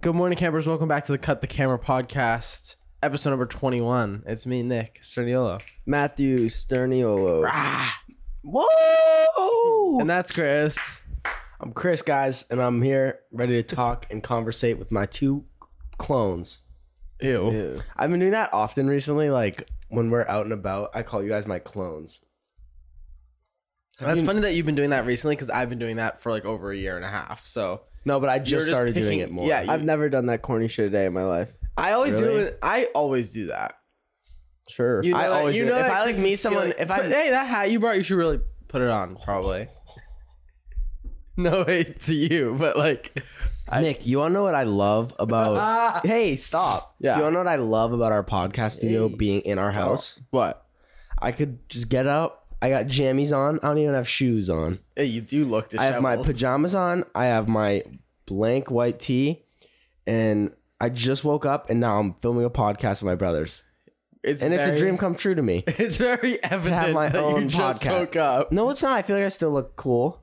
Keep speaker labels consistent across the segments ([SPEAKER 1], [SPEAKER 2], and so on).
[SPEAKER 1] Good morning, campers. Welcome back to the Cut the Camera podcast, episode number 21. It's me, Nick Cerniolo.
[SPEAKER 2] Matthew Sterniolo.
[SPEAKER 3] Whoa!
[SPEAKER 1] And that's Chris.
[SPEAKER 3] I'm Chris, guys, and I'm here ready to talk and conversate with my two clones.
[SPEAKER 1] Ew.
[SPEAKER 2] Ew.
[SPEAKER 3] I've been doing that often recently, like when we're out and about, I call you guys my clones.
[SPEAKER 1] That's funny that you've been doing that recently because I've been doing that for like over a year and a half. So
[SPEAKER 3] No, but I
[SPEAKER 1] You're
[SPEAKER 3] just
[SPEAKER 1] just
[SPEAKER 3] started doing
[SPEAKER 1] picking-
[SPEAKER 3] it more.
[SPEAKER 1] yeah, you-
[SPEAKER 2] I've never done that corny shit a day in my life.
[SPEAKER 1] I always do
[SPEAKER 3] Really?
[SPEAKER 1] it. I always do that.
[SPEAKER 2] Sure.
[SPEAKER 1] You know
[SPEAKER 3] I
[SPEAKER 1] that-
[SPEAKER 3] always
[SPEAKER 1] you
[SPEAKER 3] do
[SPEAKER 1] know
[SPEAKER 3] it. If
[SPEAKER 1] that
[SPEAKER 3] I, like,
[SPEAKER 1] Chris
[SPEAKER 3] meet
[SPEAKER 1] is
[SPEAKER 3] someone-
[SPEAKER 1] feeling-
[SPEAKER 3] if I-
[SPEAKER 1] But, hey, that hat you brought, you should really put it on, probably. No hate to you, but like, I-
[SPEAKER 3] Nick, you wanna know what I love about Hey, stop.
[SPEAKER 1] Yeah.
[SPEAKER 3] Do you wanna know what I love about our podcast studio
[SPEAKER 2] Hey,
[SPEAKER 3] being in our house?
[SPEAKER 1] what?
[SPEAKER 3] I could just get up. I got jammies on. I don't even have shoes on.
[SPEAKER 1] Hey, you do look
[SPEAKER 3] I
[SPEAKER 1] disheveled.
[SPEAKER 3] have my pajamas on. I have my blank white tee, and I just woke up, and now I'm filming a podcast with my brothers,
[SPEAKER 1] it's
[SPEAKER 3] and it's
[SPEAKER 1] very-
[SPEAKER 3] a dream come true to me.
[SPEAKER 1] It's very evident
[SPEAKER 3] my
[SPEAKER 1] that you
[SPEAKER 3] own
[SPEAKER 1] just
[SPEAKER 3] podcast.
[SPEAKER 1] woke up.
[SPEAKER 3] No, it's not. I feel like I still look cool.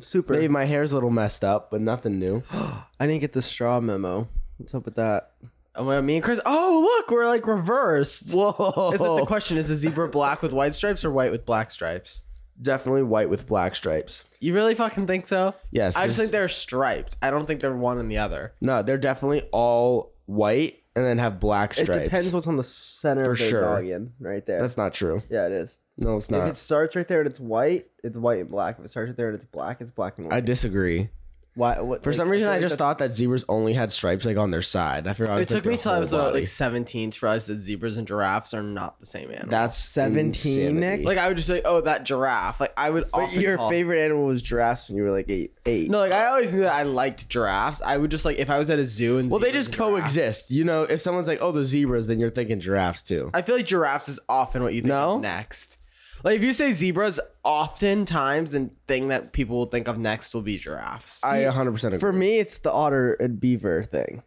[SPEAKER 2] Super.
[SPEAKER 3] Maybe my hair's a little messed up, but nothing new.
[SPEAKER 2] I didn't get the straw memo. What's up with that?
[SPEAKER 1] Oh my, me and Chris. Oh look, we're like reversed.
[SPEAKER 3] Whoa!
[SPEAKER 1] Is that the question? Is the zebra black with white stripes or white with black stripes?
[SPEAKER 3] Definitely white with black stripes.
[SPEAKER 1] You really fucking think so?
[SPEAKER 3] Yes,
[SPEAKER 1] I just
[SPEAKER 3] this-
[SPEAKER 1] think they're striped. I don't think they're one and the other.
[SPEAKER 3] No, they're definitely all white, and then have black stripes.
[SPEAKER 2] It depends what's on the center
[SPEAKER 3] For
[SPEAKER 2] of their
[SPEAKER 3] sure.
[SPEAKER 2] noggin right there.
[SPEAKER 3] That's not true.
[SPEAKER 2] yeah, it is.
[SPEAKER 3] No, it's
[SPEAKER 2] If
[SPEAKER 3] not.
[SPEAKER 2] it starts right there and it's white, it's white and black. If it starts right there and it's black, it's black and
[SPEAKER 3] I
[SPEAKER 2] white.
[SPEAKER 3] disagree.
[SPEAKER 2] Why, what,
[SPEAKER 3] For some reason, I just thought that zebras only had stripes like on their side. I forgot.
[SPEAKER 1] It took me till I was about
[SPEAKER 3] like
[SPEAKER 1] like 17 to realize that zebras and giraffes are not the same animal.
[SPEAKER 3] That's
[SPEAKER 2] 17, Nick?
[SPEAKER 1] like I would just be like, oh, that giraffe. Like I would.
[SPEAKER 2] But
[SPEAKER 1] often
[SPEAKER 2] your
[SPEAKER 1] call-
[SPEAKER 2] favorite animal was giraffes when you were like eight. eight.
[SPEAKER 1] No, like I always knew that I liked giraffes. I would just like if I was at a zoo and
[SPEAKER 3] well, they
[SPEAKER 1] zebras
[SPEAKER 3] just
[SPEAKER 1] and giraffes-
[SPEAKER 3] coexist. You know, if someone's like, "Oh, the zebras," then you're thinking giraffes too.
[SPEAKER 1] I feel like giraffes is often what you think
[SPEAKER 3] No?
[SPEAKER 1] of next. Like if you say zebras, oftentimes the thing that people will think of next will be giraffes.
[SPEAKER 3] I uh, 100 percent agree.
[SPEAKER 2] For me, it's the otter and beaver thing,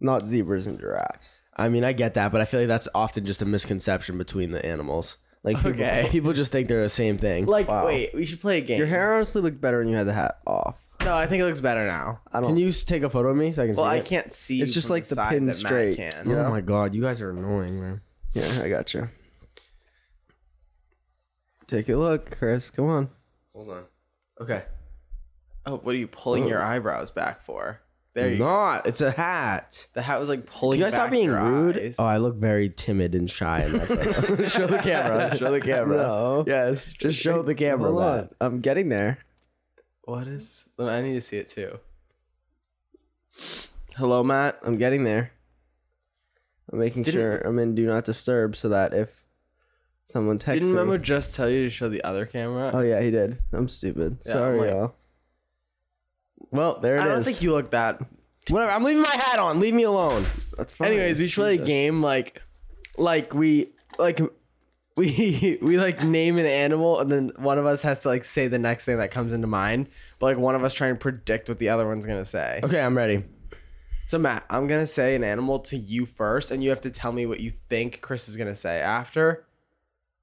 [SPEAKER 2] not zebras and giraffes.
[SPEAKER 3] I mean, I get that, but I feel like that's often just a misconception between the animals. Like,
[SPEAKER 1] Okay.
[SPEAKER 3] people, people just think they're the same thing.
[SPEAKER 1] like
[SPEAKER 2] Wow.
[SPEAKER 1] wait, we should play a game.
[SPEAKER 2] Your hair honestly looked better when you had the hat off.
[SPEAKER 1] No, I think it looks better now.
[SPEAKER 2] I don't.
[SPEAKER 3] can you s- take a photo of me so I can
[SPEAKER 1] Well,
[SPEAKER 3] see
[SPEAKER 1] I
[SPEAKER 3] it?
[SPEAKER 1] can't see.
[SPEAKER 2] It's just
[SPEAKER 1] from
[SPEAKER 2] like the
[SPEAKER 1] side
[SPEAKER 2] pin
[SPEAKER 1] that Matt
[SPEAKER 2] straight,
[SPEAKER 1] Can.
[SPEAKER 2] you
[SPEAKER 3] Oh
[SPEAKER 2] know?
[SPEAKER 3] my god, you guys are annoying, man.
[SPEAKER 2] Yeah, I got you. Take a look, Chris. Come on.
[SPEAKER 3] Hold on. Okay.
[SPEAKER 1] Oh, what are you pulling your eyebrows back for? There you. go.
[SPEAKER 3] Not. It's a hat.
[SPEAKER 1] The hat was like pulling.
[SPEAKER 3] You guys
[SPEAKER 1] back
[SPEAKER 3] stop being
[SPEAKER 1] your
[SPEAKER 3] rude.
[SPEAKER 1] eyes.
[SPEAKER 3] Oh, I look very timid and shy. In that photo. show the camera. Show the camera.
[SPEAKER 2] No.
[SPEAKER 3] Yes. Just show the camera.
[SPEAKER 2] Hold
[SPEAKER 3] that.
[SPEAKER 2] on. I'm getting there.
[SPEAKER 1] what is? I need to see it too. Hello, Matt.
[SPEAKER 2] I'm getting there. I'm making
[SPEAKER 1] Didn't-
[SPEAKER 2] sure I'm in Do Not Disturb so that if someone texts
[SPEAKER 1] Didn't
[SPEAKER 2] me.
[SPEAKER 1] Memo just tell you to show the other camera?
[SPEAKER 2] Oh yeah, he did. I'm stupid.
[SPEAKER 1] Yeah,
[SPEAKER 2] Sorry,
[SPEAKER 1] I'm like-
[SPEAKER 2] y'all.
[SPEAKER 3] Well, there it is.
[SPEAKER 1] I don't think you look that Oh,
[SPEAKER 3] Whatever. I'm leaving my hat on. Leave me alone.
[SPEAKER 2] That's fine.
[SPEAKER 1] Anyways, we should play a
[SPEAKER 2] Jesus.
[SPEAKER 1] game like, like we like we we like name an animal and then one of us has to like say the next thing that comes into mind, but like one of us try and predict what the other one's gonna say.
[SPEAKER 3] Okay, I'm ready.
[SPEAKER 1] So Matt, I'm gonna say an animal to you first, and you have to tell me what you think Chris is gonna say after,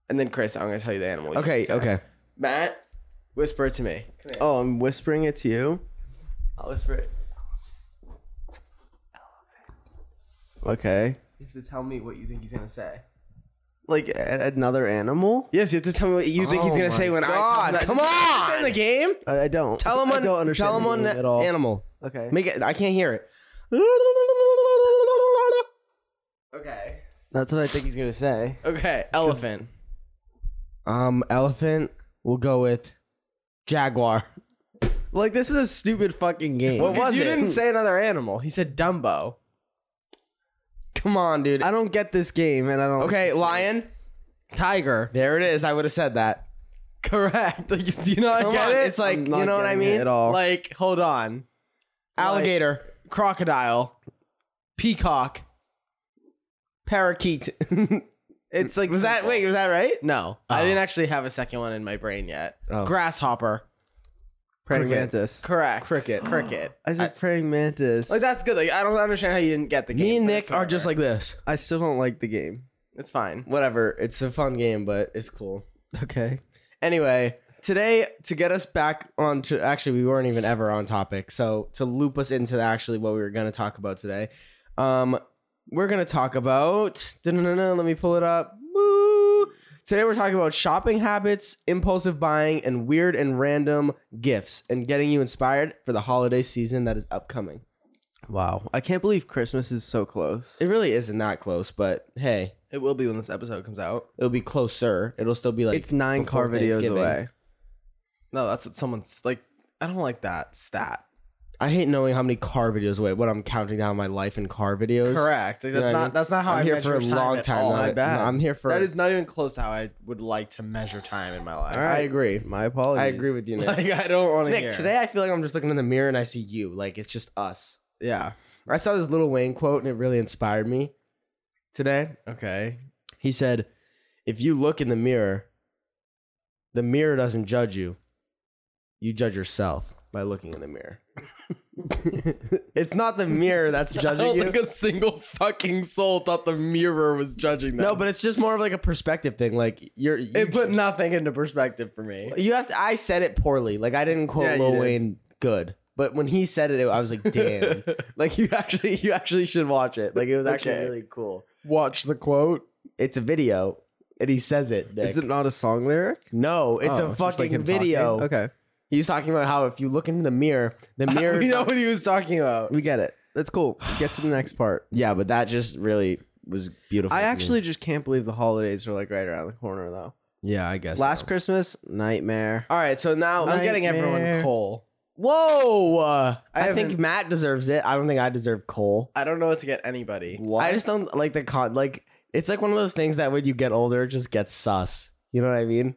[SPEAKER 1] and then Chris, I'm gonna tell you the animal. you
[SPEAKER 3] Okay,
[SPEAKER 1] say.
[SPEAKER 3] okay.
[SPEAKER 1] Matt, whisper it to me.
[SPEAKER 2] Oh, I'm whispering it to you.
[SPEAKER 1] I'll whisper it.
[SPEAKER 2] Okay.
[SPEAKER 1] You have to tell me what you think he's gonna say.
[SPEAKER 2] Like a- another animal?
[SPEAKER 1] Yes, you have to tell me what you think he's
[SPEAKER 3] Oh
[SPEAKER 1] gonna
[SPEAKER 3] my
[SPEAKER 1] say when
[SPEAKER 3] God,
[SPEAKER 1] I tell him. that.
[SPEAKER 3] come
[SPEAKER 1] Does he understand
[SPEAKER 3] on!
[SPEAKER 1] the game.
[SPEAKER 2] I, I don't.
[SPEAKER 3] Tell him
[SPEAKER 2] I
[SPEAKER 3] on.
[SPEAKER 2] don't understand
[SPEAKER 3] tell him
[SPEAKER 2] the
[SPEAKER 3] on
[SPEAKER 2] game at all.
[SPEAKER 3] animal.
[SPEAKER 2] Okay.
[SPEAKER 3] Make it. I can't hear it.
[SPEAKER 1] Okay.
[SPEAKER 2] That's what I think he's gonna say.
[SPEAKER 1] Okay. Elephant.
[SPEAKER 3] Um, elephant. We'll go with jaguar.
[SPEAKER 2] Like this is a stupid fucking game.
[SPEAKER 3] What was
[SPEAKER 1] you
[SPEAKER 3] it?
[SPEAKER 1] didn't say another animal. He said Dumbo.
[SPEAKER 3] Come on, dude.
[SPEAKER 2] I don't get this game, and I don't.
[SPEAKER 3] Okay, lion.
[SPEAKER 1] Tiger.
[SPEAKER 3] There it is. I would have said that.
[SPEAKER 1] Correct. Like, do you not
[SPEAKER 3] Come
[SPEAKER 1] get
[SPEAKER 3] on,
[SPEAKER 1] it?
[SPEAKER 3] It's like
[SPEAKER 2] I'm
[SPEAKER 3] you
[SPEAKER 2] not
[SPEAKER 3] know what I
[SPEAKER 2] getting it
[SPEAKER 3] mean.
[SPEAKER 2] at all.
[SPEAKER 1] like hold on.
[SPEAKER 3] Alligator,
[SPEAKER 1] Crocodile. Peacock.
[SPEAKER 3] parakeet.
[SPEAKER 1] It's like
[SPEAKER 3] was that?
[SPEAKER 1] simple.
[SPEAKER 3] Wait, was that right?
[SPEAKER 1] No, I didn't actually have a second one in my brain yet.
[SPEAKER 3] Oh.
[SPEAKER 1] Grasshopper.
[SPEAKER 2] praying
[SPEAKER 3] Cricket.
[SPEAKER 2] mantis.
[SPEAKER 1] Correct.
[SPEAKER 3] Cricket.
[SPEAKER 1] Cricket.
[SPEAKER 2] I said praying mantis.
[SPEAKER 1] Like that's good. Like I don't understand how you didn't get the game.
[SPEAKER 3] Me and
[SPEAKER 1] but
[SPEAKER 3] Nick
[SPEAKER 1] it's
[SPEAKER 3] are
[SPEAKER 1] whatever.
[SPEAKER 3] just like this.
[SPEAKER 2] I still don't like the game.
[SPEAKER 1] it's fine.
[SPEAKER 3] Whatever. It's a fun game, but it's cool.
[SPEAKER 2] Okay.
[SPEAKER 3] Anyway, today to get us back on to actually we weren't even ever on topic. So to loop us into actually what we were gonna talk about today, um, we're gonna talk about. Let me pull it up. Woo. Today we're talking about shopping habits, impulsive buying, and weird and random gifts, and getting you inspired for the holiday season that is upcoming.
[SPEAKER 2] Wow. I can't believe Christmas is so close.
[SPEAKER 3] It really isn't that close, but hey,
[SPEAKER 1] It will be when this episode comes out.
[SPEAKER 3] it'll be closer. It'll still be like
[SPEAKER 2] It's nine
[SPEAKER 3] before
[SPEAKER 2] car videos
[SPEAKER 3] Thanksgiving.
[SPEAKER 2] away.
[SPEAKER 1] No, that's what someone's like. I don't like that stat.
[SPEAKER 3] I hate knowing how many car videos away. What I'm counting down my life in car videos.
[SPEAKER 1] Correct. Like,
[SPEAKER 3] You know
[SPEAKER 1] that's
[SPEAKER 3] what I
[SPEAKER 1] not.
[SPEAKER 3] mean?
[SPEAKER 1] That's not how
[SPEAKER 3] I'm
[SPEAKER 1] I
[SPEAKER 3] here for
[SPEAKER 1] measure
[SPEAKER 3] a long
[SPEAKER 1] at
[SPEAKER 3] time.
[SPEAKER 1] all.
[SPEAKER 3] not-
[SPEAKER 1] I bet.
[SPEAKER 3] I'm here for.
[SPEAKER 1] that is not even close to how I would like to measure time in my life.
[SPEAKER 3] I agree.
[SPEAKER 2] My apologies.
[SPEAKER 3] I agree with you, Nick.
[SPEAKER 1] Like I don't want to
[SPEAKER 3] Nick,
[SPEAKER 1] hear.
[SPEAKER 3] today I feel like I'm just looking in the mirror and I see you. Like it's just us.
[SPEAKER 1] Yeah.
[SPEAKER 3] I saw this Little Wayne quote and it really inspired me today.
[SPEAKER 1] Okay.
[SPEAKER 3] He said, "If you look in the mirror, the mirror doesn't judge you. You judge yourself by looking in the mirror." it's not the mirror that's
[SPEAKER 1] I
[SPEAKER 3] judging
[SPEAKER 1] don't
[SPEAKER 3] you.
[SPEAKER 1] think a single fucking soul thought the mirror was judging them.
[SPEAKER 3] no, but it's just more of like a perspective thing. Like you're you,
[SPEAKER 1] it put nothing into perspective for me.
[SPEAKER 3] you have to. I said it poorly. Like I didn't quote
[SPEAKER 1] Yeah, you
[SPEAKER 3] Lil
[SPEAKER 1] did.
[SPEAKER 3] Wayne good, but when he said it, I was like, "Damn!" like you actually you actually should watch it. Like it was actually
[SPEAKER 1] Okay.
[SPEAKER 3] really cool.
[SPEAKER 1] Watch the quote.
[SPEAKER 3] It's a video, and he says it. Nick.
[SPEAKER 2] Is it not a song lyric?
[SPEAKER 3] no, it's a
[SPEAKER 2] Oh, just like
[SPEAKER 3] fucking
[SPEAKER 2] him talking?
[SPEAKER 3] video.
[SPEAKER 2] Okay.
[SPEAKER 3] He's talking about how if you look in the mirror, the mirror.
[SPEAKER 1] You know what he was talking about.
[SPEAKER 2] We get it. That's cool. Get to the next part.
[SPEAKER 3] yeah, but that just really was beautiful.
[SPEAKER 2] I
[SPEAKER 3] to me.
[SPEAKER 2] actually just can't believe the holidays are like right around the corner though.
[SPEAKER 3] Yeah, I guess.
[SPEAKER 2] Last
[SPEAKER 3] so.
[SPEAKER 2] Christmas, nightmare.
[SPEAKER 3] All right, so now
[SPEAKER 1] I'm getting everyone
[SPEAKER 2] Nightmare.
[SPEAKER 1] coal.
[SPEAKER 3] Whoa! Uh, I, think
[SPEAKER 1] haven't-
[SPEAKER 3] Matt deserves it. I don't think I deserve Cole.
[SPEAKER 1] I don't know what to get anybody.
[SPEAKER 2] What?
[SPEAKER 3] I just don't like the con. Like it's like one of those things that when you get older, it just gets sus. You know what I mean?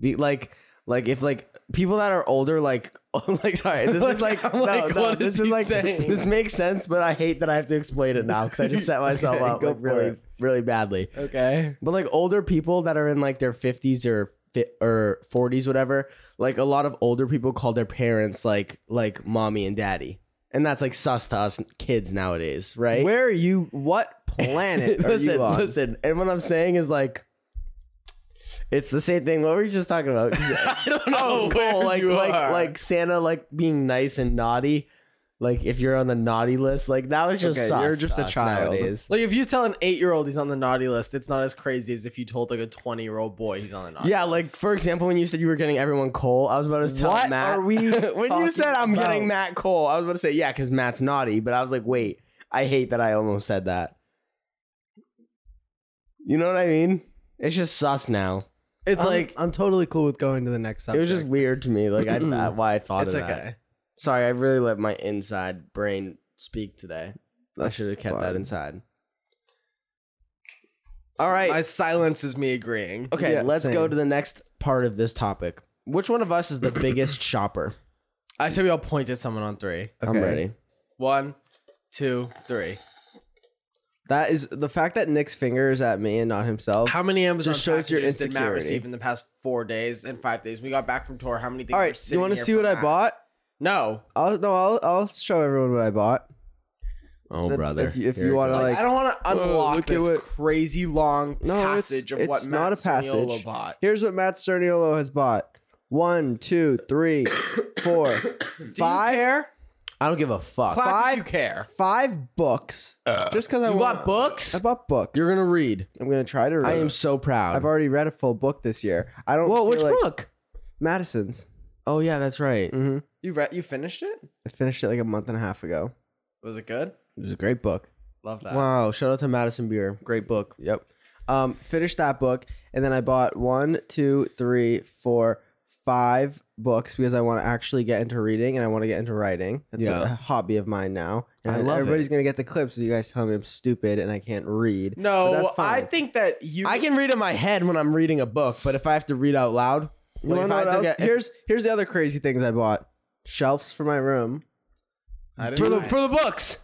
[SPEAKER 3] Be like, like if like people that are older, like, oh, like sorry, this is like,
[SPEAKER 1] I'm
[SPEAKER 3] no,
[SPEAKER 1] like,
[SPEAKER 3] no,
[SPEAKER 1] what
[SPEAKER 3] this
[SPEAKER 1] is
[SPEAKER 3] is
[SPEAKER 1] he
[SPEAKER 3] like
[SPEAKER 1] saying?
[SPEAKER 3] this makes sense, but I hate that I have to explain it now because I just set myself
[SPEAKER 1] Okay,
[SPEAKER 3] up
[SPEAKER 1] go
[SPEAKER 3] like,
[SPEAKER 1] for
[SPEAKER 3] really,
[SPEAKER 1] it.
[SPEAKER 3] really badly.
[SPEAKER 1] Okay.
[SPEAKER 3] But like older people that are in like their fifties or fi- or forties, whatever. Like a lot of older people call their parents like like mommy and daddy, and that's like sus to us kids nowadays, right?
[SPEAKER 2] Where are you? What planet are
[SPEAKER 3] listen,
[SPEAKER 2] you on?
[SPEAKER 3] listen. And what I'm saying is like, it's the same thing. What were you just talking about?
[SPEAKER 1] I don't know.
[SPEAKER 3] Oh,
[SPEAKER 1] where
[SPEAKER 3] cool. Like,
[SPEAKER 1] you
[SPEAKER 3] like,
[SPEAKER 1] are.
[SPEAKER 3] like Santa, like being nice and naughty. Like, if you're on the naughty list, like that was just
[SPEAKER 2] Okay,
[SPEAKER 3] sus
[SPEAKER 2] you're
[SPEAKER 3] to
[SPEAKER 2] just a
[SPEAKER 3] us
[SPEAKER 2] child.
[SPEAKER 3] nowadays.
[SPEAKER 1] Like if you tell an eight year old he's on the naughty list, it's not as crazy as if you told like a twenty year old boy he's on the naughty.
[SPEAKER 3] Yeah, like for example, when you said you were getting everyone Cole, I was about to tell
[SPEAKER 2] What
[SPEAKER 3] Matt.
[SPEAKER 2] are we
[SPEAKER 3] when you
[SPEAKER 2] talking
[SPEAKER 3] said I'm
[SPEAKER 2] about?
[SPEAKER 3] getting Matt Cole, I was about to say yeah, because Matt's naughty. But I was like, wait, I hate that I almost said that. You know what I mean? It's just sus now.
[SPEAKER 1] it's
[SPEAKER 2] I'm-
[SPEAKER 1] like
[SPEAKER 2] I'm, totally cool with going to the next subject.
[SPEAKER 3] It was just weird to me, like I, I why I thought
[SPEAKER 1] it's
[SPEAKER 3] of that.
[SPEAKER 1] okay.
[SPEAKER 3] Sorry, I really let my inside brain speak today. I
[SPEAKER 2] That's
[SPEAKER 3] should have kept that
[SPEAKER 2] fine.
[SPEAKER 3] inside. All right,
[SPEAKER 1] My silence is me agreeing.
[SPEAKER 3] okay,
[SPEAKER 2] yeah,
[SPEAKER 3] let's go
[SPEAKER 2] same.
[SPEAKER 3] to the next part of this topic. Which one of us is the biggest shopper?
[SPEAKER 1] I said we all point at someone on three.
[SPEAKER 3] I'm
[SPEAKER 2] Okay.
[SPEAKER 3] ready.
[SPEAKER 1] One, two, three.
[SPEAKER 2] That is the fact that Nick's finger is at me and not himself.
[SPEAKER 1] How many Amazon
[SPEAKER 2] Just shows your
[SPEAKER 1] packages did Matt
[SPEAKER 2] insecurity.
[SPEAKER 1] receive in the past four days and five days? We got back from tour. How many things?
[SPEAKER 2] All
[SPEAKER 1] were
[SPEAKER 2] right,
[SPEAKER 1] sitting
[SPEAKER 2] you want to
[SPEAKER 1] here
[SPEAKER 2] see
[SPEAKER 1] for
[SPEAKER 2] what I
[SPEAKER 1] Matt?
[SPEAKER 2] bought?
[SPEAKER 1] No,
[SPEAKER 2] I'll no, I'll I'll show everyone what I bought.
[SPEAKER 3] Oh,
[SPEAKER 2] That-
[SPEAKER 3] brother.
[SPEAKER 2] if you- if
[SPEAKER 3] Here
[SPEAKER 2] you
[SPEAKER 3] we
[SPEAKER 2] wanna,
[SPEAKER 3] go.
[SPEAKER 1] like,
[SPEAKER 2] like-
[SPEAKER 1] I don't want to
[SPEAKER 2] Whoa,
[SPEAKER 1] unlock
[SPEAKER 2] look at
[SPEAKER 1] this
[SPEAKER 2] what-
[SPEAKER 1] crazy long
[SPEAKER 2] No, it's-
[SPEAKER 1] passage of what
[SPEAKER 2] it's
[SPEAKER 1] Matt
[SPEAKER 2] not a
[SPEAKER 1] Saniolo
[SPEAKER 2] passage.
[SPEAKER 1] bought.
[SPEAKER 2] Here's what Matt Cerniolo has bought: one, two, three, four,
[SPEAKER 1] Five
[SPEAKER 2] five,
[SPEAKER 3] I don't give a fuck.
[SPEAKER 1] Clap
[SPEAKER 2] Five-
[SPEAKER 1] if you care.
[SPEAKER 2] five books. just because I
[SPEAKER 1] You
[SPEAKER 2] want
[SPEAKER 1] bought books?
[SPEAKER 2] I bought books.
[SPEAKER 3] You're gonna read.
[SPEAKER 2] I'm gonna try to. Read.
[SPEAKER 3] I am so proud.
[SPEAKER 2] I've already read a full book this year. I don't.
[SPEAKER 3] Whoa,
[SPEAKER 2] feel
[SPEAKER 3] which
[SPEAKER 2] like-
[SPEAKER 3] book?
[SPEAKER 2] Madison's.
[SPEAKER 3] Oh yeah, that's right. It
[SPEAKER 2] hmm
[SPEAKER 1] You read? You finished it?
[SPEAKER 2] I finished it like a month and a half ago.
[SPEAKER 1] Was it good?
[SPEAKER 2] It was a great book.
[SPEAKER 1] Love that.
[SPEAKER 3] Wow, shout out to Madison Beer. Great book.
[SPEAKER 2] Yep. Um, finished that book, and then I bought one, two, three, four, five books because I want to actually get into reading and I want to get into writing. That's
[SPEAKER 3] Yeah.
[SPEAKER 2] a hobby of mine now. And
[SPEAKER 3] I love
[SPEAKER 2] everybody's gonna get the clips so you guys tell me I'm stupid and I can't read. But
[SPEAKER 1] No,
[SPEAKER 2] that's
[SPEAKER 1] I
[SPEAKER 2] fine.
[SPEAKER 1] think that you.
[SPEAKER 3] I can read in my head when I'm reading a book, but if I have to read out loud, like,
[SPEAKER 2] You wanna
[SPEAKER 3] if
[SPEAKER 2] know
[SPEAKER 3] I
[SPEAKER 2] what
[SPEAKER 3] have to
[SPEAKER 2] else?
[SPEAKER 3] get- if-
[SPEAKER 2] here's here's the other crazy things I bought: shelves for my room,
[SPEAKER 1] I didn't
[SPEAKER 3] for the
[SPEAKER 1] buy it.
[SPEAKER 3] for the books.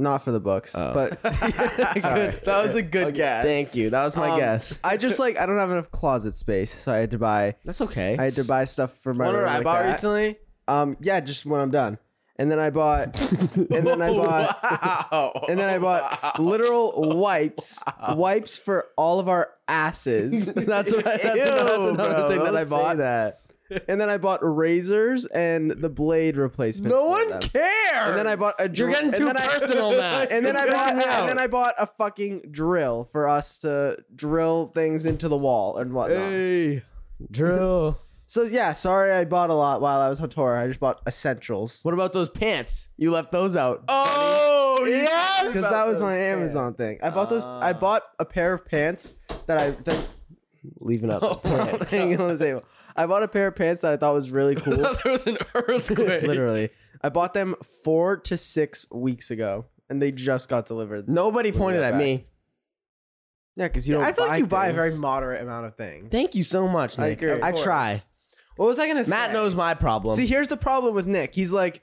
[SPEAKER 2] not for the books,
[SPEAKER 3] Oh.
[SPEAKER 2] but
[SPEAKER 1] Good- that was a good guess.
[SPEAKER 3] Thank you. That was my
[SPEAKER 2] Um,
[SPEAKER 3] guess.
[SPEAKER 2] I just like I don't have enough closet space, so I had to buy
[SPEAKER 3] That's okay.
[SPEAKER 2] I had to buy stuff for my
[SPEAKER 1] What
[SPEAKER 2] room.
[SPEAKER 1] did I
[SPEAKER 2] like
[SPEAKER 1] buy
[SPEAKER 2] that.
[SPEAKER 1] recently?
[SPEAKER 2] Um, yeah, just when I'm done. And then I bought, and then I bought,
[SPEAKER 1] Oh, Wow.
[SPEAKER 2] and then I bought literal wipes, wipes for all of our asses. That's what. I, that's,
[SPEAKER 1] Ew,
[SPEAKER 2] that's another
[SPEAKER 1] bro,
[SPEAKER 2] thing that
[SPEAKER 1] don't
[SPEAKER 2] I
[SPEAKER 1] say
[SPEAKER 2] bought. That. And then I bought razors and the blade replacement.
[SPEAKER 1] no one
[SPEAKER 2] them.
[SPEAKER 1] cares.
[SPEAKER 2] And then I bought a.
[SPEAKER 1] You're
[SPEAKER 2] drill-
[SPEAKER 1] getting
[SPEAKER 2] and
[SPEAKER 1] too
[SPEAKER 2] then I-
[SPEAKER 1] personal now.
[SPEAKER 2] And then I
[SPEAKER 1] You're
[SPEAKER 2] bought,
[SPEAKER 1] getting
[SPEAKER 2] and then
[SPEAKER 1] out.
[SPEAKER 2] I bought a fucking drill for us to drill things into the wall and whatnot.
[SPEAKER 1] Hey, drill.
[SPEAKER 2] So yeah, sorry I bought a lot while I was on tour. I just bought essentials
[SPEAKER 1] what about those pants?
[SPEAKER 2] you left those out
[SPEAKER 1] Oh yes.
[SPEAKER 2] because that was my Amazon thing. I bought those. I bought a pair of pants that I that, leaving up hanging on the table. I bought a pair of pants that I thought was really cool.
[SPEAKER 1] there was an earthquake.
[SPEAKER 2] Literally, I bought them four to six weeks ago, and they just got delivered.
[SPEAKER 1] Nobody pointed
[SPEAKER 2] got
[SPEAKER 1] at
[SPEAKER 2] back.
[SPEAKER 1] me.
[SPEAKER 2] Yeah, because you
[SPEAKER 1] Yeah,
[SPEAKER 2] don't.
[SPEAKER 1] I feel like
[SPEAKER 2] buy
[SPEAKER 1] you buy a
[SPEAKER 2] things.
[SPEAKER 1] very
[SPEAKER 2] moderate amount of things.
[SPEAKER 1] Thank you so much,
[SPEAKER 2] I
[SPEAKER 1] Nick.
[SPEAKER 2] agree.
[SPEAKER 1] I,
[SPEAKER 2] Of course.
[SPEAKER 1] try.
[SPEAKER 2] What was I gonna say?
[SPEAKER 1] Matt knows my problem.
[SPEAKER 2] See, here's the problem with Nick. He's like,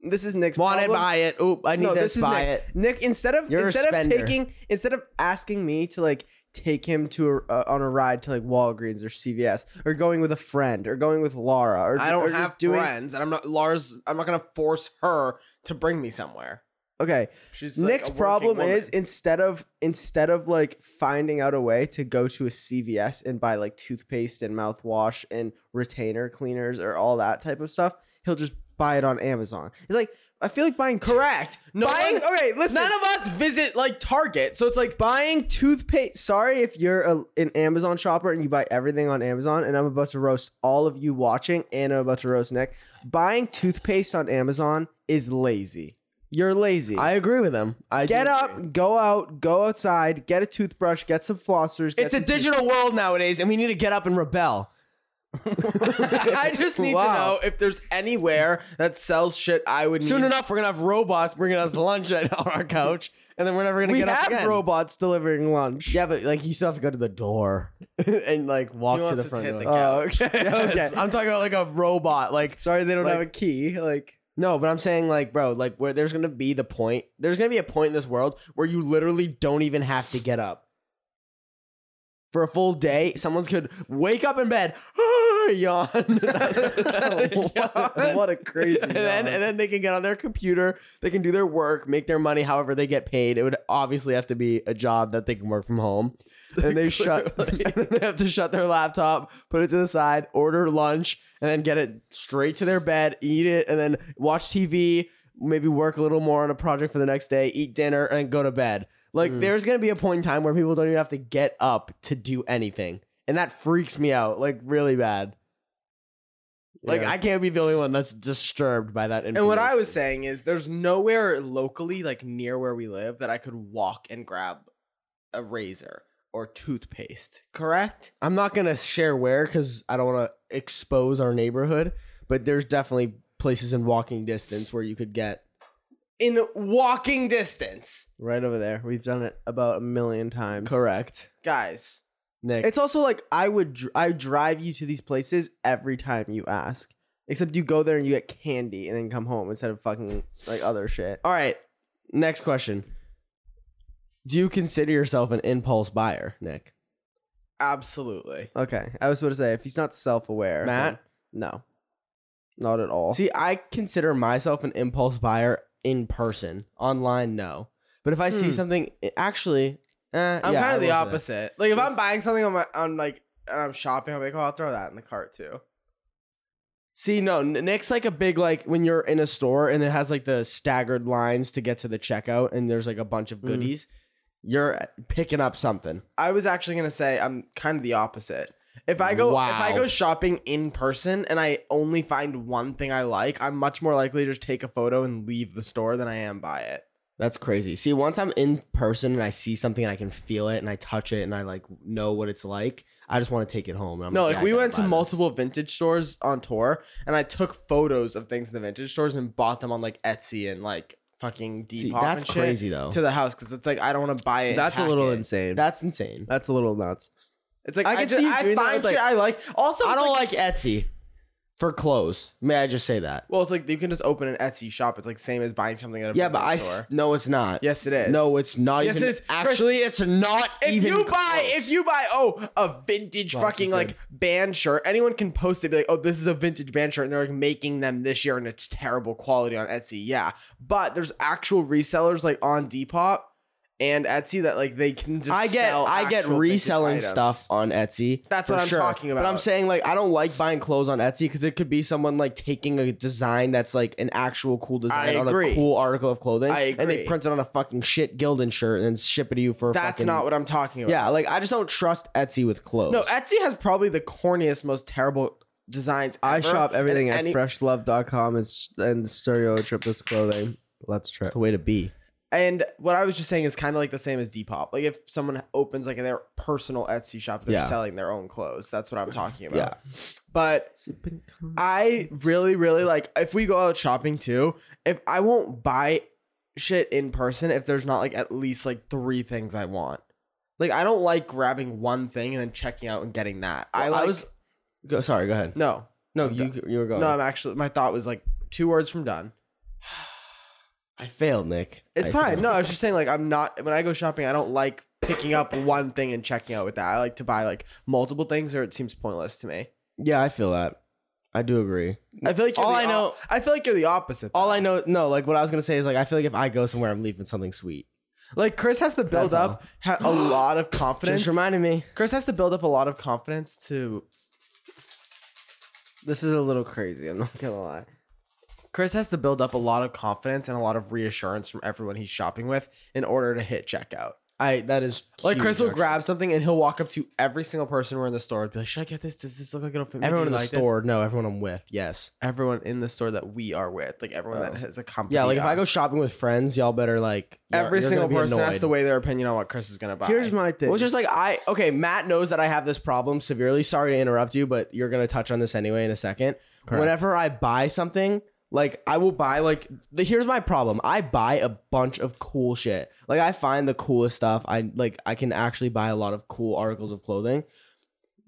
[SPEAKER 2] this is Nick's
[SPEAKER 1] Want it,
[SPEAKER 2] problem.
[SPEAKER 1] buy it. Oop, I need
[SPEAKER 2] no,
[SPEAKER 1] this,
[SPEAKER 2] this is
[SPEAKER 1] buy
[SPEAKER 2] Nick.
[SPEAKER 1] it.
[SPEAKER 2] Nick, instead of
[SPEAKER 1] You're a
[SPEAKER 2] instead of
[SPEAKER 1] spender.
[SPEAKER 2] taking instead of asking me to like take him to a, uh, on a ride to like Walgreens or CVS or going with a friend or going with Laura or
[SPEAKER 1] I don't
[SPEAKER 2] or just
[SPEAKER 1] have
[SPEAKER 2] doing
[SPEAKER 1] friends, and I'm not Lars. I'm not gonna force her to bring me somewhere.
[SPEAKER 2] okay.
[SPEAKER 1] She's like,
[SPEAKER 2] Nick's
[SPEAKER 1] a working
[SPEAKER 2] problem
[SPEAKER 1] woman.
[SPEAKER 2] is instead of instead of like finding out a way to go to a CVS and buy like toothpaste and mouthwash and retainer cleaners or all that type of stuff, he'll just buy it on Amazon. He's like, I feel like buying
[SPEAKER 1] correct. No
[SPEAKER 2] buying
[SPEAKER 1] one-
[SPEAKER 2] okay, listen.
[SPEAKER 1] none of us visit like Target, so it's like
[SPEAKER 2] buying toothpaste. Sorry if you're a, an Amazon shopper and you buy everything on Amazon, and I'm about to roast all of you watching, and I'm about to roast Nick. Buying toothpaste on Amazon is lazy. You're lazy.
[SPEAKER 1] I agree with him. I
[SPEAKER 2] get up, go out, go outside, get a toothbrush, get some flossers. Get
[SPEAKER 1] It's a
[SPEAKER 2] some
[SPEAKER 1] digital world nowadays, and we need to get up and rebel. I just need to
[SPEAKER 2] Wow.
[SPEAKER 1] know if there's anywhere that sells shit I would
[SPEAKER 3] Soon
[SPEAKER 1] need.
[SPEAKER 3] enough, we're gonna have robots bringing us lunch at, on our couch, and then we're never gonna
[SPEAKER 2] We
[SPEAKER 3] get up
[SPEAKER 2] have
[SPEAKER 3] again.
[SPEAKER 2] robots delivering lunch.
[SPEAKER 3] yeah, but like you still have to go to the door and like walk to
[SPEAKER 1] wants
[SPEAKER 3] the
[SPEAKER 1] to
[SPEAKER 3] front
[SPEAKER 1] hit
[SPEAKER 3] door.
[SPEAKER 1] the
[SPEAKER 2] Oh, okay.
[SPEAKER 3] Yes,
[SPEAKER 2] okay.
[SPEAKER 3] I'm talking about like a robot. Like
[SPEAKER 2] Sorry, they don't
[SPEAKER 3] Like-
[SPEAKER 2] have a key. Like
[SPEAKER 3] no, but I'm saying like, bro, like where there's gonna be the point. There's gonna be a point in this world where you literally don't even have to get up for a full day. Someone could wake up in bed, yawn,
[SPEAKER 2] what, a, what a crazy.
[SPEAKER 3] and then
[SPEAKER 2] dog.
[SPEAKER 3] and then they can get on their computer, they can do their work, make their money however they get paid. It would obviously have to be a job that they can work from home. And they shut and then they have to shut their laptop, put it to the side, order lunch, and then get it straight to their bed, eat it, and then watch TV, maybe work a little more on a project for the next day, eat dinner, and go to bed. Like there's gonna be a point in time where people don't even have to get up to do anything. And that freaks me out, like really bad. Like
[SPEAKER 2] Yeah.
[SPEAKER 3] I can't be the only one that's disturbed by that.
[SPEAKER 1] And what I
[SPEAKER 3] information.
[SPEAKER 1] was saying is, there's nowhere locally, like near where we live, that I could walk and grab a razor or toothpaste. Correct?
[SPEAKER 3] I'm not gonna share where because I don't want to expose our neighborhood. But there's definitely places in walking distance where you could get.
[SPEAKER 1] In walking distance,
[SPEAKER 2] right over there, we've done it about a million times.
[SPEAKER 3] Correct,
[SPEAKER 1] guys.
[SPEAKER 3] Nick.
[SPEAKER 2] It's also like I would dr- I drive you to these places every time you ask. Except you go there and you get candy and then come home instead of fucking like other shit.
[SPEAKER 3] All right. Next question. Do you consider yourself an impulse buyer, Nick?
[SPEAKER 1] Absolutely.
[SPEAKER 2] Okay, I was about to say if he's not self aware,
[SPEAKER 3] Matt?
[SPEAKER 2] no, not at all.
[SPEAKER 3] See, I consider myself an impulse buyer in person. Online, no. But if I see
[SPEAKER 1] Hmm.
[SPEAKER 3] something, actually, eh,
[SPEAKER 1] I'm
[SPEAKER 3] yeah,
[SPEAKER 1] kind
[SPEAKER 3] I
[SPEAKER 1] of the
[SPEAKER 3] will say that.
[SPEAKER 1] opposite. Like if I'm buying something on my on like and I'm shopping, I'm like, oh, I'll throw that in the cart too.
[SPEAKER 3] See, no, N- Nick's like a big like when you're in a store and it has like the staggered lines to get to the checkout and there's like a bunch of
[SPEAKER 2] Mm.
[SPEAKER 3] goodies. You're uh, picking up something.
[SPEAKER 1] I was actually gonna say I'm kind of the opposite. If I go if I
[SPEAKER 3] Wow.
[SPEAKER 1] go shopping in person and I only find one thing I like, I'm much more likely to just take a photo and leave the store than I am buy it.
[SPEAKER 3] That's crazy. See, once I'm in person and I see something and I can feel it and I touch it and I like know what it's like, I just want to take it home. And I'm
[SPEAKER 1] No,
[SPEAKER 3] like,
[SPEAKER 1] like
[SPEAKER 3] yeah, I
[SPEAKER 1] we
[SPEAKER 3] gotta
[SPEAKER 1] went to
[SPEAKER 3] buy this.
[SPEAKER 1] multiple vintage stores on tour, and I took photos of things in the vintage stores and bought them on like Etsy and like fucking Depop.
[SPEAKER 3] See, that's
[SPEAKER 1] and shit
[SPEAKER 3] crazy though.
[SPEAKER 1] To the house because it's like I don't want to buy it. and
[SPEAKER 2] That's a
[SPEAKER 1] pack
[SPEAKER 2] little
[SPEAKER 1] it.
[SPEAKER 2] insane.
[SPEAKER 3] That's insane.
[SPEAKER 2] That's a little nuts.
[SPEAKER 1] It's like
[SPEAKER 2] I
[SPEAKER 1] I,
[SPEAKER 2] could
[SPEAKER 1] just-
[SPEAKER 2] see you
[SPEAKER 1] I
[SPEAKER 2] doing that
[SPEAKER 1] find
[SPEAKER 2] with,
[SPEAKER 1] shit I like. Also,
[SPEAKER 3] I
[SPEAKER 1] it's
[SPEAKER 3] don't
[SPEAKER 1] like,
[SPEAKER 3] like Etsy. for clothes. May I just say that?
[SPEAKER 1] Well, it's like you can just open an Etsy shop. It's like same as buying something at a
[SPEAKER 3] Yeah, but I
[SPEAKER 1] I
[SPEAKER 3] s- no, it's not.
[SPEAKER 1] yes, it is.
[SPEAKER 3] No, it's not
[SPEAKER 1] Yes,
[SPEAKER 3] even.
[SPEAKER 1] it is. Chris,
[SPEAKER 3] Actually, it's not
[SPEAKER 1] if
[SPEAKER 3] even.
[SPEAKER 1] you buy
[SPEAKER 3] close.
[SPEAKER 1] if you buy oh a vintage
[SPEAKER 3] Well,
[SPEAKER 1] fucking
[SPEAKER 3] you
[SPEAKER 1] like band shirt, anyone can post it be like oh this is a vintage band shirt and they're like making them this year and it's terrible quality on Etsy. Yeah, but there's actual resellers like on Depop and Etsy that like they can. Just
[SPEAKER 3] I get
[SPEAKER 1] sell
[SPEAKER 3] I get
[SPEAKER 1] actual vintage
[SPEAKER 3] reselling
[SPEAKER 1] items.
[SPEAKER 3] stuff on Etsy.
[SPEAKER 1] That's
[SPEAKER 3] for
[SPEAKER 1] what I'm
[SPEAKER 3] sure.
[SPEAKER 1] talking
[SPEAKER 3] But I'm
[SPEAKER 1] about.
[SPEAKER 3] saying like I don't like buying clothes on Etsy because it could be someone like taking a design that's like an actual cool design
[SPEAKER 1] I
[SPEAKER 3] on a
[SPEAKER 1] agree.
[SPEAKER 3] cool article of clothing,
[SPEAKER 1] I
[SPEAKER 3] and they
[SPEAKER 1] agree.
[SPEAKER 3] print it on a fucking shit Gildan shirt and then ship it to you for.
[SPEAKER 1] That's
[SPEAKER 3] fucking,
[SPEAKER 1] not what I'm talking about.
[SPEAKER 3] Yeah, like I just don't trust Etsy with clothes.
[SPEAKER 1] No, Etsy has probably the corniest, most terrible designs.
[SPEAKER 2] I
[SPEAKER 1] ever,
[SPEAKER 2] shop
[SPEAKER 1] and
[SPEAKER 2] everything at
[SPEAKER 1] any-
[SPEAKER 2] freshlove.com and, s- and Stereo Triplets Clothing. Let's trip.
[SPEAKER 3] that's the way to be.
[SPEAKER 1] And what I was just saying is kind of like the same as Depop. Like if someone opens like their personal Etsy shop, they're
[SPEAKER 3] Yeah.
[SPEAKER 1] selling their own clothes. That's what I'm talking about.
[SPEAKER 3] Yeah.
[SPEAKER 1] But I really, really like if we go out shopping too. If I won't buy shit in person, if there's not like at least like three things I want. Like I don't like grabbing one thing and then checking out and getting that. I like
[SPEAKER 3] was. Go, sorry, go ahead.
[SPEAKER 1] no,
[SPEAKER 3] No, you you were going.
[SPEAKER 1] no. I'm actually my thought was like two words from done.
[SPEAKER 3] I failed, Nick.
[SPEAKER 1] It's
[SPEAKER 3] I
[SPEAKER 1] fine.
[SPEAKER 3] failed.
[SPEAKER 1] No, I was just saying like I'm not when I go shopping, I don't like picking up one thing and checking out with that. I like to buy like multiple things or it seems pointless to me.
[SPEAKER 3] Yeah, I feel that. I do agree.
[SPEAKER 1] I feel like you're
[SPEAKER 3] All
[SPEAKER 1] the
[SPEAKER 3] I
[SPEAKER 1] o-
[SPEAKER 3] know-
[SPEAKER 1] I feel like you're the opposite.
[SPEAKER 3] All
[SPEAKER 1] though.
[SPEAKER 3] I know, no, like what I was gonna say is like I feel like if I go somewhere, I'm leaving something sweet.
[SPEAKER 1] like Chris has to build
[SPEAKER 3] That's
[SPEAKER 1] up ha- a lot of confidence.
[SPEAKER 3] Just reminded me.
[SPEAKER 1] Chris has to build up a lot of confidence to
[SPEAKER 2] This is a little crazy. I'm not gonna lie.
[SPEAKER 1] Chris has to build up a lot of confidence and a lot of reassurance from everyone he's shopping with in order to hit checkout.
[SPEAKER 3] I that is
[SPEAKER 1] Like
[SPEAKER 3] huge,
[SPEAKER 1] Chris will
[SPEAKER 3] actually.
[SPEAKER 1] grab something and he'll walk up to every single person we're in the store and be like, "Should I get this? Does this look like it'll fit me? Do you
[SPEAKER 3] everyone in the
[SPEAKER 1] like this?"
[SPEAKER 3] store. No, everyone I'm with. Yes.
[SPEAKER 1] everyone in the store that we are with, like everyone
[SPEAKER 2] Oh.
[SPEAKER 1] that has a company.
[SPEAKER 3] Yeah, like if I go
[SPEAKER 1] us.
[SPEAKER 3] shopping with friends, y'all better like you're-
[SPEAKER 1] every
[SPEAKER 3] you're gonna
[SPEAKER 1] single
[SPEAKER 3] be
[SPEAKER 1] person has
[SPEAKER 3] annoyed.
[SPEAKER 1] to weigh their opinion on what Chris is gonna buy.
[SPEAKER 2] Here's my thing.
[SPEAKER 3] Well, it's just like I okay. Matt knows that I have this problem severely. Sorry to interrupt you, but you're gonna touch on this anyway in a second. Whenever I buy something, like I will buy like the, here's my problem. I buy a bunch of cool shit. Like I find the coolest stuff. I like I can actually buy a lot of cool articles of clothing.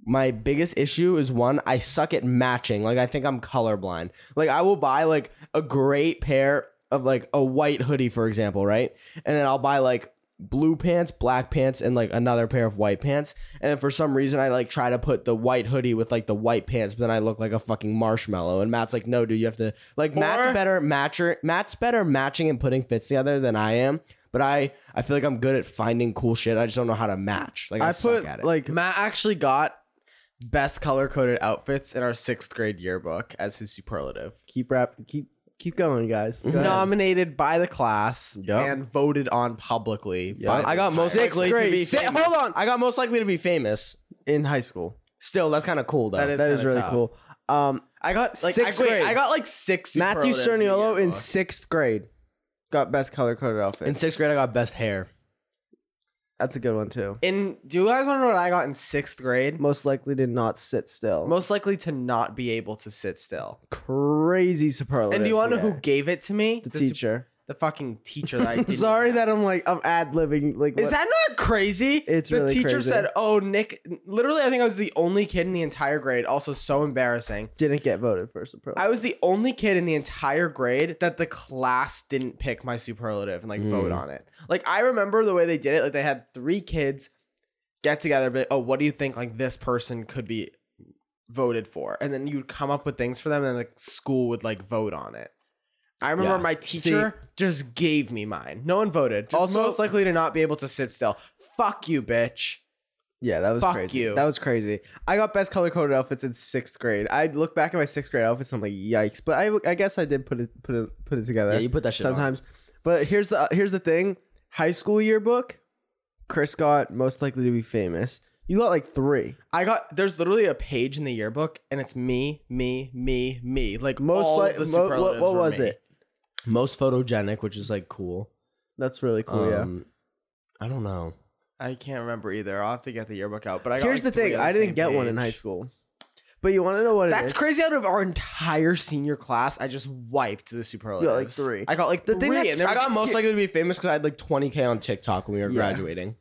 [SPEAKER 3] My biggest issue is one, I suck at matching. Like I think I'm colorblind. Like I will buy like a great pair of like a white hoodie, for example, right? And then I'll buy like blue pants, black pants, and like another pair of white pants. And then for some reason I like try to put the white hoodie with like the white pants, but then I look like a fucking marshmallow. And Matt's like, no, dude, you have to like Matt's
[SPEAKER 1] Or-
[SPEAKER 3] better matcher Matt's better matching and putting fits together than I am. But I, I feel like I'm good at finding cool shit. I just don't know how to match. Like I,
[SPEAKER 1] I
[SPEAKER 3] suck
[SPEAKER 1] put
[SPEAKER 3] at it.
[SPEAKER 1] like Matt actually got best color coded outfits in our sixth grade yearbook as his superlative.
[SPEAKER 2] keep rap, keep keep going, guys. Go ahead.
[SPEAKER 1] Nominated by the class
[SPEAKER 3] Yep.
[SPEAKER 1] and voted on publicly.
[SPEAKER 2] Yep.
[SPEAKER 1] by
[SPEAKER 3] I got most
[SPEAKER 1] Sixth
[SPEAKER 3] likely to
[SPEAKER 1] grade,
[SPEAKER 3] be.
[SPEAKER 1] si-
[SPEAKER 3] famous.
[SPEAKER 1] hold on.
[SPEAKER 3] I got most likely to be famous.
[SPEAKER 2] in high school.
[SPEAKER 3] Still, that's kind of cool though.
[SPEAKER 1] That is-
[SPEAKER 2] That is
[SPEAKER 1] kinda
[SPEAKER 2] really
[SPEAKER 1] tough.
[SPEAKER 2] cool. Um,
[SPEAKER 1] I got like
[SPEAKER 2] Sixth
[SPEAKER 1] I, wait,
[SPEAKER 2] grade.
[SPEAKER 1] I got like six.
[SPEAKER 2] Matthew
[SPEAKER 1] superlatives in the
[SPEAKER 2] Cerniolo in
[SPEAKER 1] yearbook.
[SPEAKER 2] sixth grade got best color coded outfit.
[SPEAKER 3] in sixth grade. I got best hair.
[SPEAKER 2] That's a good one too.
[SPEAKER 1] in. Do you guys want to know what I got in sixth grade?
[SPEAKER 2] Most likely to not sit still.
[SPEAKER 1] Most likely to not be able to sit still.
[SPEAKER 2] crazy superlative.
[SPEAKER 1] And do you want to know
[SPEAKER 2] yeah.
[SPEAKER 1] who gave it to me?
[SPEAKER 2] The
[SPEAKER 1] su-
[SPEAKER 2] teacher.
[SPEAKER 1] the fucking teacher that I did.
[SPEAKER 2] Sorry that I'm like I'm ad libbing. Like
[SPEAKER 1] Is
[SPEAKER 2] what-
[SPEAKER 1] that not crazy?
[SPEAKER 2] It's
[SPEAKER 1] the
[SPEAKER 2] really
[SPEAKER 1] teacher
[SPEAKER 2] crazy.
[SPEAKER 1] said, "Oh, Nick." Literally, I think I was the only kid in the entire grade. Also, so embarrassing.
[SPEAKER 2] didn't get voted for superlative?
[SPEAKER 1] I was the only kid in the entire grade that the class didn't pick my superlative and like vote
[SPEAKER 3] Mm.
[SPEAKER 1] on it. Like I remember the way they did it. Like they had three kids get together, but oh, what do you think? Like this person could be voted for, and then you'd come up with things for them, and then like school would like vote on it. I remember
[SPEAKER 3] Yeah.
[SPEAKER 1] my teacher just gave me mine. No one voted. Just
[SPEAKER 3] Also-
[SPEAKER 1] most likely to not be able to sit still. Fuck you, bitch.
[SPEAKER 2] Yeah, that was
[SPEAKER 1] Fuck
[SPEAKER 2] crazy.
[SPEAKER 1] you.
[SPEAKER 2] That was crazy. I got best color coded outfits in sixth grade. I look back at my sixth grade outfits. I'm like, yikes. But I, I guess I did put it, put it, put it together.
[SPEAKER 3] Yeah, you put that shit. Sometimes
[SPEAKER 2] sometimes. But here's the here's the thing. High school yearbook. Chris got most likely to be famous. You got like three.
[SPEAKER 1] I got there's literally a page in the yearbook and it's me, me, me, me. Like
[SPEAKER 2] Most
[SPEAKER 1] all of
[SPEAKER 2] like
[SPEAKER 1] the
[SPEAKER 2] mo-
[SPEAKER 1] superlatives
[SPEAKER 2] what, what
[SPEAKER 1] were
[SPEAKER 2] was
[SPEAKER 1] me.
[SPEAKER 2] it?
[SPEAKER 3] most photogenic, which is like cool.
[SPEAKER 2] That's really cool. yeah.
[SPEAKER 3] Um, I don't know.
[SPEAKER 1] I can't remember either. I'll have to get the yearbook out. Oh, But I got
[SPEAKER 2] Here's
[SPEAKER 1] like,
[SPEAKER 2] the
[SPEAKER 1] three
[SPEAKER 2] thing.
[SPEAKER 1] on
[SPEAKER 2] I
[SPEAKER 1] same
[SPEAKER 2] didn't get one in
[SPEAKER 1] page.
[SPEAKER 2] high school. But you want to know what it
[SPEAKER 1] That's
[SPEAKER 2] is?
[SPEAKER 1] crazy. Out of our entire senior class, I just wiped the superlatives.
[SPEAKER 2] three.
[SPEAKER 1] I got like
[SPEAKER 2] The
[SPEAKER 1] the
[SPEAKER 2] thing
[SPEAKER 1] thing
[SPEAKER 2] that's-
[SPEAKER 1] and there
[SPEAKER 3] I
[SPEAKER 1] was-
[SPEAKER 3] got most likely to be famous because I had like 20k on TikTok when we were
[SPEAKER 2] Yeah.
[SPEAKER 3] graduating.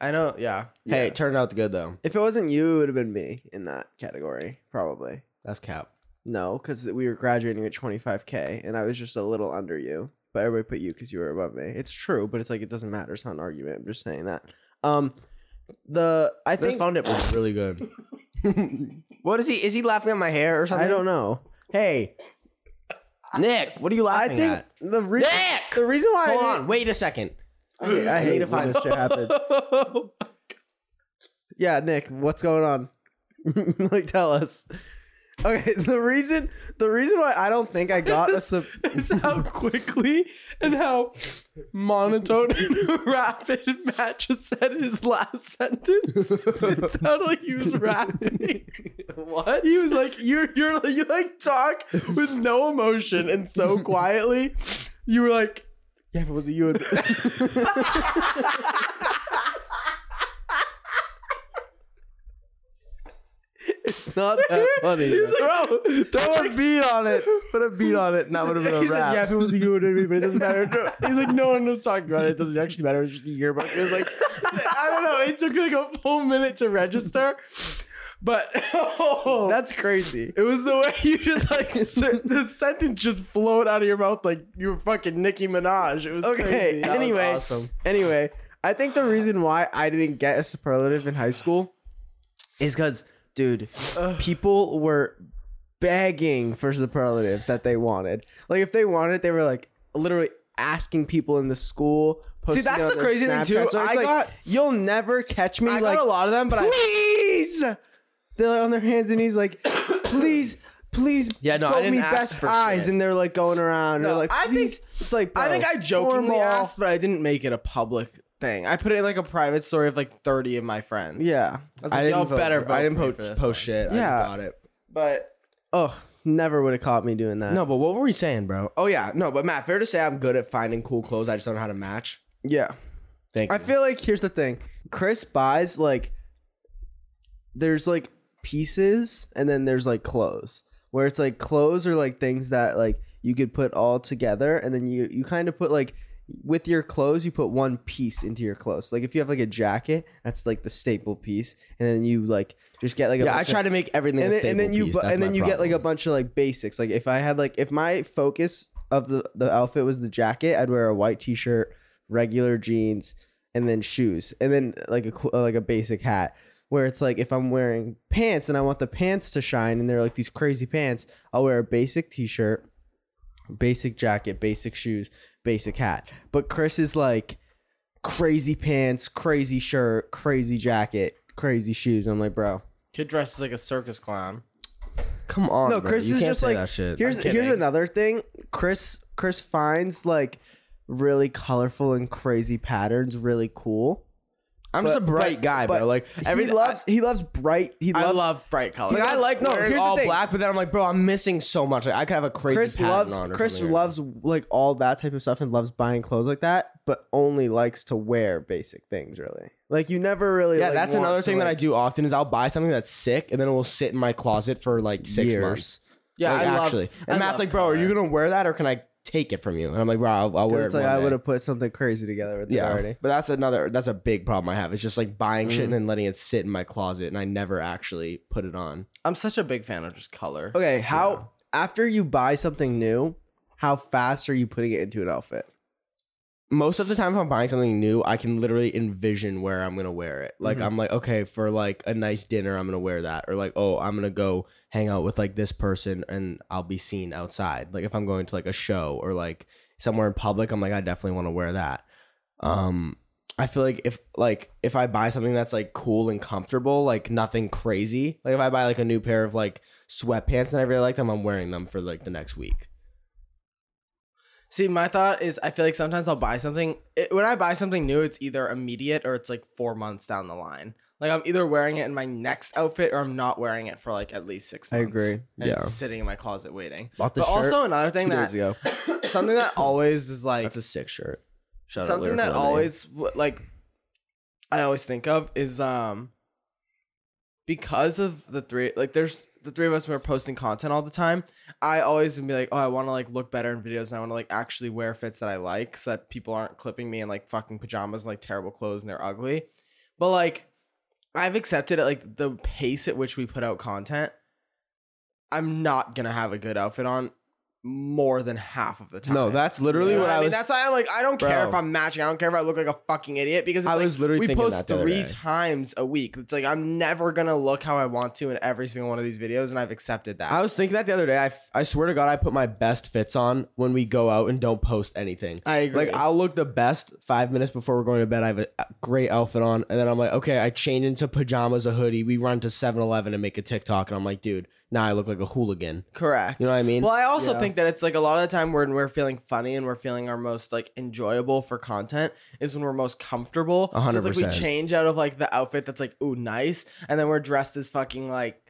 [SPEAKER 1] I know. Yeah.
[SPEAKER 3] Hey,
[SPEAKER 2] Yeah.
[SPEAKER 3] it turned out good though.
[SPEAKER 2] If it wasn't you, it would have been me in that category, probably.
[SPEAKER 3] That's cap.
[SPEAKER 2] No, because we were graduating at 25k, and I was just a little under you. But everybody put you because you were above me. It's true, but it's like it doesn't matter. It's not an argument. I'm just saying that. Um, the I
[SPEAKER 3] This
[SPEAKER 2] think
[SPEAKER 3] found it was really good. what is he? Is he laughing at my hair or something?
[SPEAKER 2] I don't know.
[SPEAKER 3] Hey, Nick, what are you
[SPEAKER 2] I
[SPEAKER 3] laughing
[SPEAKER 2] think
[SPEAKER 3] at?
[SPEAKER 2] the reason
[SPEAKER 3] Nick!
[SPEAKER 2] the reason why
[SPEAKER 3] Hold
[SPEAKER 2] I,
[SPEAKER 3] on, wait a second.
[SPEAKER 2] didn't- I, I hate when this shit happens. Yeah, Nick, what's going on? like, tell us. Okay, the reason the reason why I don't think I got a sub-
[SPEAKER 1] is how quickly and how monotone and rapid Matt just said his last sentence. It sounded like he was rapping. What? He was like, you're you're like you like talk with no emotion and so quietly. You were like, yeah, if it was you and
[SPEAKER 2] it's not that funny.
[SPEAKER 1] He was
[SPEAKER 2] though.
[SPEAKER 1] like, bro,
[SPEAKER 3] Throw a beat on it. Put a beat on it, and that would have been
[SPEAKER 1] he
[SPEAKER 3] a
[SPEAKER 1] said,
[SPEAKER 3] rap.
[SPEAKER 1] yeah, if it was you, it would be, but it doesn't matter. No- He's like, no one was talking about it. It doesn't actually matter. It was just a yearbook. It was like, I don't know. It took like a full minute to register. But oh,
[SPEAKER 2] That's crazy.
[SPEAKER 1] it was the way you just like s- the sentence just flowed out of your mouth like you were fucking Nicki Minaj. It was
[SPEAKER 2] Okay,
[SPEAKER 1] crazy.
[SPEAKER 2] That was anyway.
[SPEAKER 3] awesome.
[SPEAKER 2] Anyway, I think the reason why I didn't get a superlative in high school is because, dude, people were begging for superlatives that they wanted. Like, if they wanted, it, they were like literally asking people in the school. posting
[SPEAKER 1] that's
[SPEAKER 2] on
[SPEAKER 1] the
[SPEAKER 2] their
[SPEAKER 1] crazy thing, too.
[SPEAKER 2] Snapchat. So it's
[SPEAKER 1] I
[SPEAKER 2] like,
[SPEAKER 1] got-
[SPEAKER 2] you'll never catch me.
[SPEAKER 1] I
[SPEAKER 2] like,
[SPEAKER 1] got a lot of them, but I
[SPEAKER 2] please. They're like on their hands and knees, like, please, please,
[SPEAKER 3] Yeah, no, I
[SPEAKER 2] vote
[SPEAKER 3] didn't
[SPEAKER 2] me
[SPEAKER 3] ask
[SPEAKER 2] best
[SPEAKER 3] for
[SPEAKER 2] eyes,
[SPEAKER 3] shit.
[SPEAKER 2] and they're like going around. they're
[SPEAKER 1] No,
[SPEAKER 2] like,
[SPEAKER 1] I think-
[SPEAKER 2] please. it's like,
[SPEAKER 1] I think
[SPEAKER 2] bro,
[SPEAKER 1] I jokingly
[SPEAKER 2] formal.
[SPEAKER 1] asked, but I didn't make it a public thing. I put it in like a private story of like 30 of my friends.
[SPEAKER 2] Yeah.
[SPEAKER 1] I, was like,
[SPEAKER 3] I
[SPEAKER 1] y'all
[SPEAKER 3] didn't vote
[SPEAKER 1] better
[SPEAKER 3] for- I
[SPEAKER 1] vote
[SPEAKER 3] didn't
[SPEAKER 1] for me
[SPEAKER 3] post,
[SPEAKER 1] for this
[SPEAKER 3] post
[SPEAKER 1] one.
[SPEAKER 3] shit.
[SPEAKER 2] Yeah.
[SPEAKER 3] I got it.
[SPEAKER 1] But
[SPEAKER 2] Oh, never would have caught me doing that.
[SPEAKER 3] No, but what were we saying, bro? Oh yeah, no, but Matt, fair to say, I'm good at finding cool clothes. I just don't know how to match.
[SPEAKER 2] Yeah.
[SPEAKER 3] Thank you.
[SPEAKER 2] I feel like here's the thing. Chris buys like there's like pieces and then there's like clothes. Where it's like clothes are like things that like you could put all together and then you you kind of put like with your clothes you put one piece into your clothes. Like if you have like a jacket, that's like the staple piece and then you like just get like a
[SPEAKER 3] yeah, I
[SPEAKER 2] bunch of-
[SPEAKER 3] try to make everything.
[SPEAKER 2] and
[SPEAKER 3] a
[SPEAKER 2] then, and then
[SPEAKER 3] staple
[SPEAKER 2] you
[SPEAKER 3] piece.
[SPEAKER 2] bu-
[SPEAKER 3] That's
[SPEAKER 2] and then
[SPEAKER 3] my
[SPEAKER 2] you get like a
[SPEAKER 3] problem.
[SPEAKER 2] bunch of like basics. Like if I had like if my focus of the the outfit was the jacket, I'd wear a white t shirt, regular jeans, and then shoes, and then like a qu- uh, like a basic hat. Where it's like if I'm wearing pants and I want the pants to shine, and they're like these crazy pants, I'll wear a basic t shirt, basic jacket, basic shoes, basic hat. But Chris is like crazy pants, crazy shirt, crazy jacket, crazy shoes. I'm like, bro.
[SPEAKER 1] kid dresses like a circus clown.
[SPEAKER 3] Come on,
[SPEAKER 2] No,
[SPEAKER 3] bro.
[SPEAKER 2] Chris
[SPEAKER 3] You
[SPEAKER 2] is
[SPEAKER 3] can't
[SPEAKER 2] just
[SPEAKER 3] say
[SPEAKER 2] like
[SPEAKER 3] that shit.
[SPEAKER 2] here's
[SPEAKER 3] I'm
[SPEAKER 2] here's
[SPEAKER 3] kidding.
[SPEAKER 2] another thing. Chris Chris finds like really colorful and crazy patterns really cool.
[SPEAKER 3] I'm just a
[SPEAKER 2] but-
[SPEAKER 3] bright
[SPEAKER 2] but-
[SPEAKER 3] guy,
[SPEAKER 2] but
[SPEAKER 3] bro. Like
[SPEAKER 2] He
[SPEAKER 3] every
[SPEAKER 2] loves he loves bright. He
[SPEAKER 1] I
[SPEAKER 2] loves
[SPEAKER 1] love bright colors.
[SPEAKER 3] Like, I like
[SPEAKER 2] No,
[SPEAKER 3] wearing
[SPEAKER 2] here's the
[SPEAKER 3] all
[SPEAKER 2] thing.
[SPEAKER 3] black, but then I'm like, bro, I'm missing so much. Like, I could have a crazy.
[SPEAKER 2] Chris
[SPEAKER 3] pattern
[SPEAKER 2] loves
[SPEAKER 3] on or
[SPEAKER 2] Chris
[SPEAKER 3] something.
[SPEAKER 2] loves like all that type of stuff and loves buying clothes like that, but only likes to wear basic things. Really, like you never really.
[SPEAKER 3] Yeah,
[SPEAKER 2] like,
[SPEAKER 3] that's
[SPEAKER 2] want
[SPEAKER 3] another
[SPEAKER 2] to,
[SPEAKER 3] thing that I
[SPEAKER 2] like-
[SPEAKER 3] do often is I'll buy something that's sick and then it will sit in my closet for like six
[SPEAKER 2] Years.
[SPEAKER 3] months.
[SPEAKER 1] yeah,
[SPEAKER 3] Like,
[SPEAKER 1] I love-
[SPEAKER 3] actually.
[SPEAKER 1] I
[SPEAKER 3] and Matt's
[SPEAKER 1] love
[SPEAKER 3] like, bro, are you gonna wear that or can I take it from you? And I'm like, bro, I'll, I'll wear it.
[SPEAKER 2] It's like
[SPEAKER 3] one
[SPEAKER 2] I
[SPEAKER 3] day."
[SPEAKER 2] would have put something crazy together with
[SPEAKER 3] Yeah,
[SPEAKER 2] it already. Mm-hmm.
[SPEAKER 3] but that's another. That's a big problem I have. It's just like buying shit and then letting it sit in my closet, and I never actually put it on.
[SPEAKER 1] I'm such a big fan of just color.
[SPEAKER 2] Okay, how after you buy something new, how fast are you putting it into an outfit?
[SPEAKER 3] Most of the time, if I'm buying something new, I can literally envision where I'm gonna wear it. Like
[SPEAKER 2] Mm-hmm.
[SPEAKER 3] I'm like, okay, for like a nice dinner, I'm gonna wear that, or like, oh, I'm gonna go hang out with like this person, and I'll be seen outside. Like if I'm going to like a show or like somewhere in public, I'm like, I definitely want to wear that. Um, I feel like if like if I buy something that's like cool and comfortable, like nothing crazy. Like if I buy like a new pair of like sweatpants and I really like them, I'm wearing them for like the next week.
[SPEAKER 1] See, my thought is I feel like sometimes I'll buy something. It, when I buy something new, it's either immediate or it's like four months down the line. Like I'm either wearing it in my next outfit or I'm not wearing it for like at least six
[SPEAKER 2] I
[SPEAKER 1] months.
[SPEAKER 2] agree.
[SPEAKER 1] And
[SPEAKER 3] Yeah.
[SPEAKER 1] It's sitting in my closet waiting.
[SPEAKER 2] Bought
[SPEAKER 1] but also another thing
[SPEAKER 2] two days
[SPEAKER 1] that
[SPEAKER 2] ago.
[SPEAKER 1] something that always is like
[SPEAKER 3] That's a sick shirt. Shout out
[SPEAKER 1] something
[SPEAKER 3] Lyrical
[SPEAKER 1] that
[SPEAKER 3] Lemonade.
[SPEAKER 1] always w- like I always think of is um because of the three like there's the three of us were posting content all the time. I always would be like, oh, I want to like look better in videos, and I want to like actually wear fits that I like, so that people aren't clipping me in like fucking pajamas and like terrible clothes and they're ugly. But like, I've accepted at like the pace at which we put out content. I'm not gonna have a good outfit on more than half of the time.
[SPEAKER 3] No, that's literally
[SPEAKER 1] You know
[SPEAKER 3] what I,
[SPEAKER 1] mean,
[SPEAKER 3] was.
[SPEAKER 1] that's why I'm like, I don't care
[SPEAKER 3] Bro.
[SPEAKER 1] if I'm matching. I don't care if I look like a fucking idiot because it's
[SPEAKER 3] I
[SPEAKER 1] like,
[SPEAKER 3] was literally
[SPEAKER 1] we
[SPEAKER 3] thinking
[SPEAKER 1] post
[SPEAKER 3] that the other
[SPEAKER 1] three
[SPEAKER 3] day.
[SPEAKER 1] times a week. It's like I'm never gonna look how I want to in every single one of these videos, and I've accepted that.
[SPEAKER 3] I was thinking that the other day. I, f- I swear to God, I put my best fits on when we go out and don't post anything.
[SPEAKER 1] I agree.
[SPEAKER 3] Like I'll look the best five minutes before we're going to bed. I have a great outfit on, and then I'm like, okay, I change into pajamas, a hoodie. We run to 7-Eleven and make a TikTok, and I'm like, dude, now I look like a hooligan.
[SPEAKER 1] correct.
[SPEAKER 3] You know what I mean?
[SPEAKER 1] Well, I also
[SPEAKER 2] Yeah.
[SPEAKER 1] think that it's like a lot of the time when we're feeling funny and we're feeling our most like enjoyable for content is when we're most comfortable.
[SPEAKER 3] A hundred
[SPEAKER 1] So it's like we
[SPEAKER 3] percent.
[SPEAKER 1] change out of like the outfit that's like ooh nice, and then we're dressed as fucking like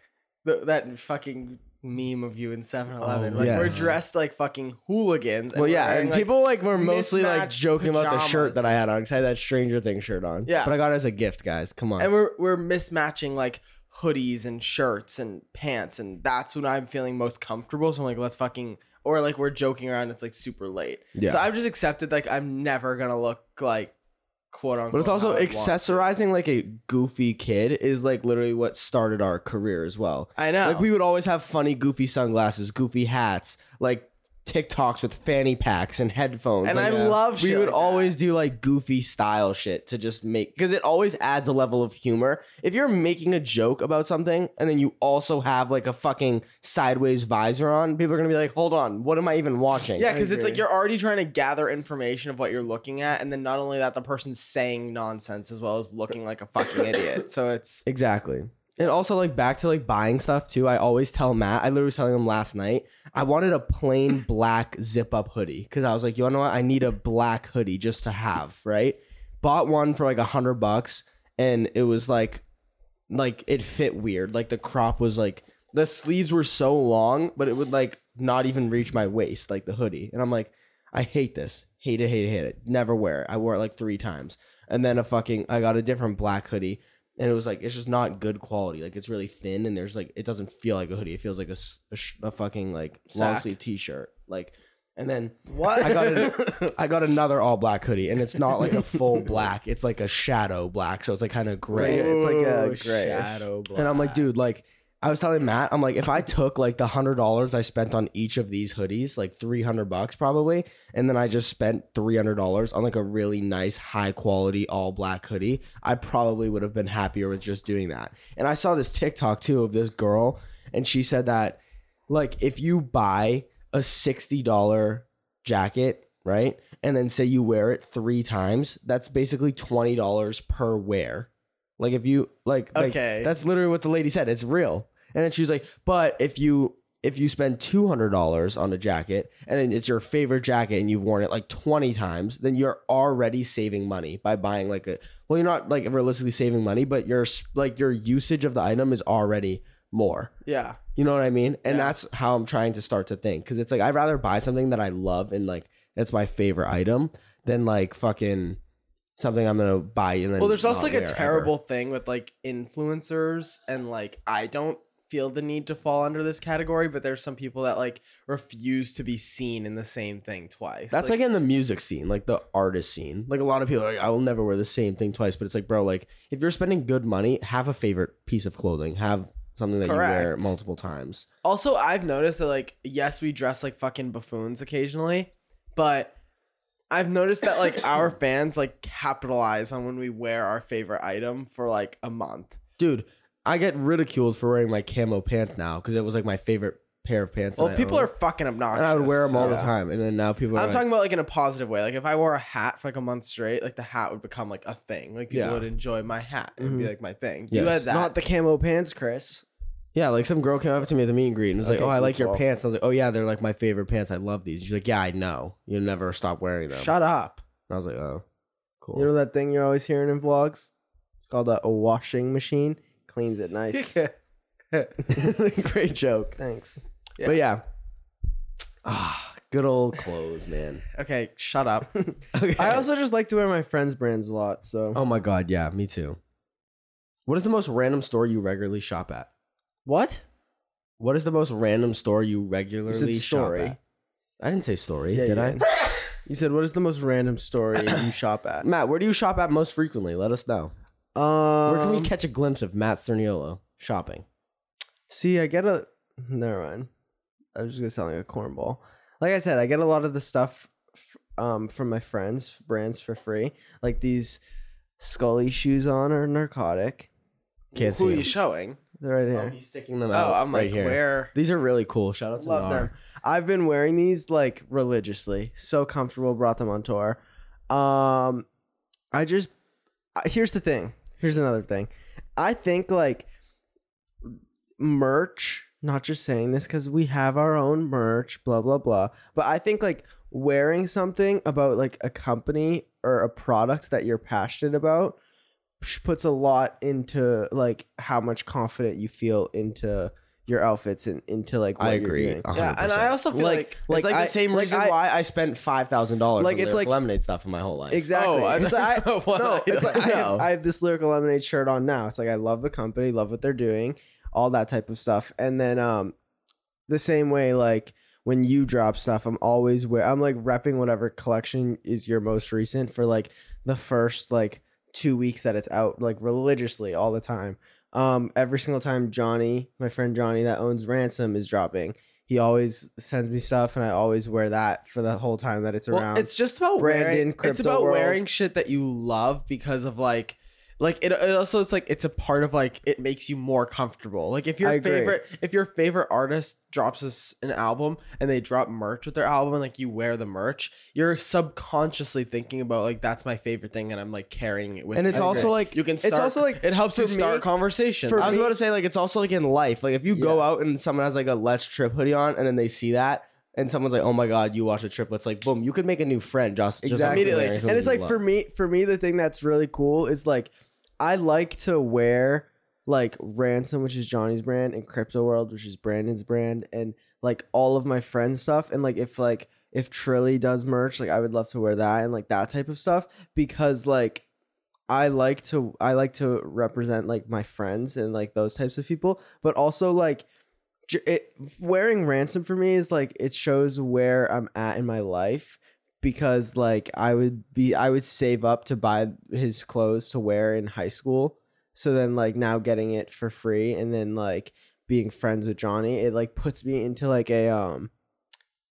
[SPEAKER 1] th- that fucking meme of you in 7-Eleven.
[SPEAKER 2] Oh,
[SPEAKER 1] like we're
[SPEAKER 3] yes.
[SPEAKER 1] dressed like fucking hooligans.
[SPEAKER 3] Well, yeah,
[SPEAKER 1] we're
[SPEAKER 3] and
[SPEAKER 1] wearing, like,
[SPEAKER 3] people like were mostly like
[SPEAKER 1] mismatched
[SPEAKER 3] joking about the shirt
[SPEAKER 1] pajamas.
[SPEAKER 3] that I had on because I had that Stranger Things shirt on.
[SPEAKER 1] Yeah.
[SPEAKER 3] but I got it as a gift, guys. Come on.
[SPEAKER 1] and we're we're mismatching like hoodies and shirts and pants, and that's when I'm feeling most comfortable. So I'm like, let's fucking or like we're joking around. It's like super late.
[SPEAKER 3] yeah.
[SPEAKER 1] So I've just accepted like I'm never gonna look like quote unquote.
[SPEAKER 3] but it's
[SPEAKER 1] how
[SPEAKER 3] also
[SPEAKER 1] I want to.
[SPEAKER 3] accessorizing like a goofy kid is like literally what started our career as well.
[SPEAKER 1] I know.
[SPEAKER 3] Like we would always have funny, goofy sunglasses, goofy hats, like TikToks with fanny packs and headphones.
[SPEAKER 1] and I
[SPEAKER 3] Like,
[SPEAKER 1] love.
[SPEAKER 3] we
[SPEAKER 1] shit
[SPEAKER 3] would
[SPEAKER 1] like that.
[SPEAKER 3] always do like goofy style shit to just make because it always adds a level of humor. If you're making a joke about something and then you also have like a fucking sideways visor on, people are gonna be like, "Hold on, what am I even watching?"
[SPEAKER 1] Yeah, because it's like
[SPEAKER 2] agree.
[SPEAKER 1] you're already trying to gather information of what you're looking at, and then not only that, the person's saying nonsense as well as looking like a fucking idiot. So it's
[SPEAKER 3] Exactly. And also like back to like buying stuff too. I always tell Matt, I literally was telling him last night, I wanted a plain black zip up hoodie. Cause I was like, you know what? I need a black hoodie just to have, right? Bought one for like a hundred bucks and it was like like it fit weird. Like the crop was like the sleeves were so long, but it would like not even reach my waist, like the hoodie. And I'm like, I hate this. Hate it, hate it, hate it. Never wear it. I wore it like three times. And then a fucking I got a different black hoodie and it was like it's just not good quality. Like it's really thin, and there's like it doesn't feel like a hoodie. It feels like a s- a, sh- a fucking like long
[SPEAKER 1] Sack.
[SPEAKER 3] sleeve t shirt. Like, and then
[SPEAKER 1] what
[SPEAKER 3] I got an, I got another all black hoodie, and it's not like a full black. It's like a shadow black, so it's like kind of gray.
[SPEAKER 2] Like, it's like a grayish.
[SPEAKER 1] shadow.
[SPEAKER 3] And I'm like, dude, like I was telling Matt, I'm like, if I took like the hundred dollars I spent on each of these hoodies, like three hundred bucks probably, and then I just spent three hundred dollars on like a really nice, high quality all black hoodie, I probably would have been happier with just doing that. And I saw this TikTok too of this girl, and she said that like if you buy a sixty dollar jacket, right? And then say you wear it three times, that's basically twenty dollars per wear. Like if you like, like
[SPEAKER 1] Okay.
[SPEAKER 3] that's literally what the lady said. It's real. And then she was like, but if you if you spend two hundred dollars on a jacket and then it's your favorite jacket and you've worn it like twenty times, then you're already saving money by buying like a well, you're not like realistically saving money, but your s- like your usage of the item is already more.
[SPEAKER 1] yeah,
[SPEAKER 3] You know what I mean? And
[SPEAKER 1] Yeah.
[SPEAKER 3] that's how I'm trying to start to think. Cause it's like, I'd rather buy something that I love and like, that's my favorite item than like fucking something I'm going to buy. And then
[SPEAKER 1] Well, there's also
[SPEAKER 3] not
[SPEAKER 1] like a
[SPEAKER 3] wear ever.
[SPEAKER 1] terrible thing with like influencers and like I don't feel the need to fall under this category, but there's some people that like refuse to be seen in the same thing twice.
[SPEAKER 3] That's like, in the music scene, like the artist scene. Like a lot of people are like, I will never wear the same thing twice. But it's like, bro, like if you're spending good money, have a favorite piece of clothing, have something that you wear
[SPEAKER 1] Correct.
[SPEAKER 3] multiple times.
[SPEAKER 1] also I've noticed that like yes, we dress like fucking buffoons occasionally, but I've noticed that like our fans like capitalize on when we wear our favorite item for like a month.
[SPEAKER 3] Dude, I get ridiculed for wearing my camo pants now because it was like my favorite pair of pants. that
[SPEAKER 1] Well,
[SPEAKER 3] I
[SPEAKER 1] people
[SPEAKER 3] owned.
[SPEAKER 1] are fucking obnoxious.
[SPEAKER 3] And I would wear them all the
[SPEAKER 1] so-
[SPEAKER 3] time. And then now people are
[SPEAKER 1] I'm
[SPEAKER 3] like,
[SPEAKER 1] talking about like in a positive way. Like if I wore a hat for like a month straight, like the hat would become like a thing. Like people
[SPEAKER 3] Yeah. Mm-hmm.
[SPEAKER 1] would enjoy my hat. It would be
[SPEAKER 2] Mhm.
[SPEAKER 1] like my thing. You
[SPEAKER 3] Yes.
[SPEAKER 1] had that.
[SPEAKER 2] Not the camo pants, Chris.
[SPEAKER 3] Yeah, like some girl came up to me at the meet and greet and was like,
[SPEAKER 2] Okay,
[SPEAKER 3] "Oh, I
[SPEAKER 2] cool,
[SPEAKER 3] like your
[SPEAKER 2] cool.
[SPEAKER 3] pants." I was like, "Oh yeah, they're like my favorite pants. I love these." She's like, "Yeah, I know. You never stop wearing them."
[SPEAKER 1] Shut up.
[SPEAKER 3] and I was like, "Oh, cool."
[SPEAKER 2] You know that thing you're always hearing in vlogs? It's called a, a washing machine. Cleans it nice.
[SPEAKER 3] Great joke.
[SPEAKER 2] Thanks.
[SPEAKER 1] Yeah.
[SPEAKER 3] But yeah, ah, good old clothes, man.
[SPEAKER 1] okay, shut up.
[SPEAKER 3] Okay.
[SPEAKER 2] I also just like to wear my friends' brands a lot. So
[SPEAKER 3] oh my god, yeah, me too. What is the most random store you regularly shop at?
[SPEAKER 2] what?
[SPEAKER 3] What is the most random store you regularly shop
[SPEAKER 2] story.
[SPEAKER 3] at? I didn't say story,
[SPEAKER 2] Yeah,
[SPEAKER 3] did
[SPEAKER 2] you
[SPEAKER 3] I?
[SPEAKER 2] did. You said what is the most random story you shop at?
[SPEAKER 3] Matt, where do you shop at most frequently? Let us know.
[SPEAKER 2] Um,
[SPEAKER 3] Where can we catch a glimpse of Matt Cerniolo shopping?
[SPEAKER 2] see, I get a Never mind. I was just gonna sound like a cornball. Like I said, I get a lot of the stuff f- um from my friends brands for free. Like these Scully shoes on are narcotic.
[SPEAKER 3] Can't
[SPEAKER 1] Who are
[SPEAKER 3] see.
[SPEAKER 1] you
[SPEAKER 3] Them.
[SPEAKER 1] showing?
[SPEAKER 2] They're right
[SPEAKER 3] Oh,
[SPEAKER 2] here.
[SPEAKER 3] he's sticking them out.
[SPEAKER 1] Oh, I'm
[SPEAKER 3] right
[SPEAKER 1] like,
[SPEAKER 3] here.
[SPEAKER 1] where?
[SPEAKER 3] These are really cool. Shout out to
[SPEAKER 2] Love
[SPEAKER 3] Nar.
[SPEAKER 2] them. I've been wearing these like religiously. So comfortable. Brought them on tour. Um, I just I- here's the thing. Here's another thing. I think like merch. Not just saying this because we have our own merch. Blah blah blah. But I think like wearing something about like a company or a product that you're passionate about sh- puts a lot into like how much confident you feel into your outfits and into like what
[SPEAKER 3] I
[SPEAKER 2] you're
[SPEAKER 3] agree.
[SPEAKER 2] doing.
[SPEAKER 3] 100%.
[SPEAKER 1] Yeah, and I also feel like,
[SPEAKER 3] like, it's
[SPEAKER 2] like
[SPEAKER 3] like
[SPEAKER 2] I-
[SPEAKER 3] the same
[SPEAKER 2] like
[SPEAKER 3] reason
[SPEAKER 2] I-
[SPEAKER 3] why I spent five thousand dollars
[SPEAKER 2] Like,
[SPEAKER 3] like
[SPEAKER 2] it's
[SPEAKER 3] it's
[SPEAKER 2] like-
[SPEAKER 3] lemonade stuff in my whole life.
[SPEAKER 2] Exactly.
[SPEAKER 1] Oh, I
[SPEAKER 2] it's
[SPEAKER 1] thought
[SPEAKER 2] like,
[SPEAKER 1] you
[SPEAKER 2] I,
[SPEAKER 1] said, what
[SPEAKER 2] no,
[SPEAKER 1] item?
[SPEAKER 2] it's like, I, have,
[SPEAKER 1] No.
[SPEAKER 2] I have this lyrical lemonade shirt on now. It's like I love the company, love what they're doing, all that type of stuff. And then um the same way like when you drop stuff, I'm always wear I'm like repping whatever collection is your most recent for like the first like two weeks that it's out, like religiously all the time. Um every single time Johnny, my friend Johnny that owns Ransom is dropping. He always sends me stuff and I always wear that for the whole time that it's
[SPEAKER 1] Well,
[SPEAKER 2] around.
[SPEAKER 1] it's just about
[SPEAKER 2] Brandon,
[SPEAKER 1] wearing. It's
[SPEAKER 2] Crypto
[SPEAKER 1] about
[SPEAKER 2] World.
[SPEAKER 1] wearing shit that you love because of like, like it, it also it's like it's a part of like it makes you more comfortable. Like if
[SPEAKER 2] I
[SPEAKER 1] your
[SPEAKER 2] agree.
[SPEAKER 1] favorite if your favorite artist drops us an album and they drop merch with their album and like you wear the merch, you're subconsciously thinking about like that's my favorite thing and I'm like carrying it with.
[SPEAKER 3] And
[SPEAKER 1] me.
[SPEAKER 3] it's also like
[SPEAKER 1] you can. Start,
[SPEAKER 2] also, like,
[SPEAKER 1] it helps you
[SPEAKER 2] for me-
[SPEAKER 1] start conversation.
[SPEAKER 2] for
[SPEAKER 1] I
[SPEAKER 3] I was
[SPEAKER 1] was-
[SPEAKER 3] about to say, like, it's also like in life. Like, if you go out and someone has like a Let's Trip hoodie on, and then they see that, and someone's like, "Oh my god, you watch a trip." It's like, boom, you could make a new friend just just
[SPEAKER 2] Exactly.
[SPEAKER 1] Immediately.
[SPEAKER 3] wearing something
[SPEAKER 2] and it's
[SPEAKER 3] you
[SPEAKER 2] like for
[SPEAKER 3] love.
[SPEAKER 2] me for me the thing that's really cool is like i like to wear like ransom which is johnny's brand and crypto world which is brandon's brand and like all of my friends stuff and like if like if trilly does merch like i would love to wear that and like that type of stuff because like i like to i like to represent like my friends and like those types of people but also like j- it, wearing ransom for me is like it shows where i'm at in my life because like I would be I would save up to buy his clothes to wear in high school. So then like now getting it for free and then like being friends with Johnny, it like puts me into like a um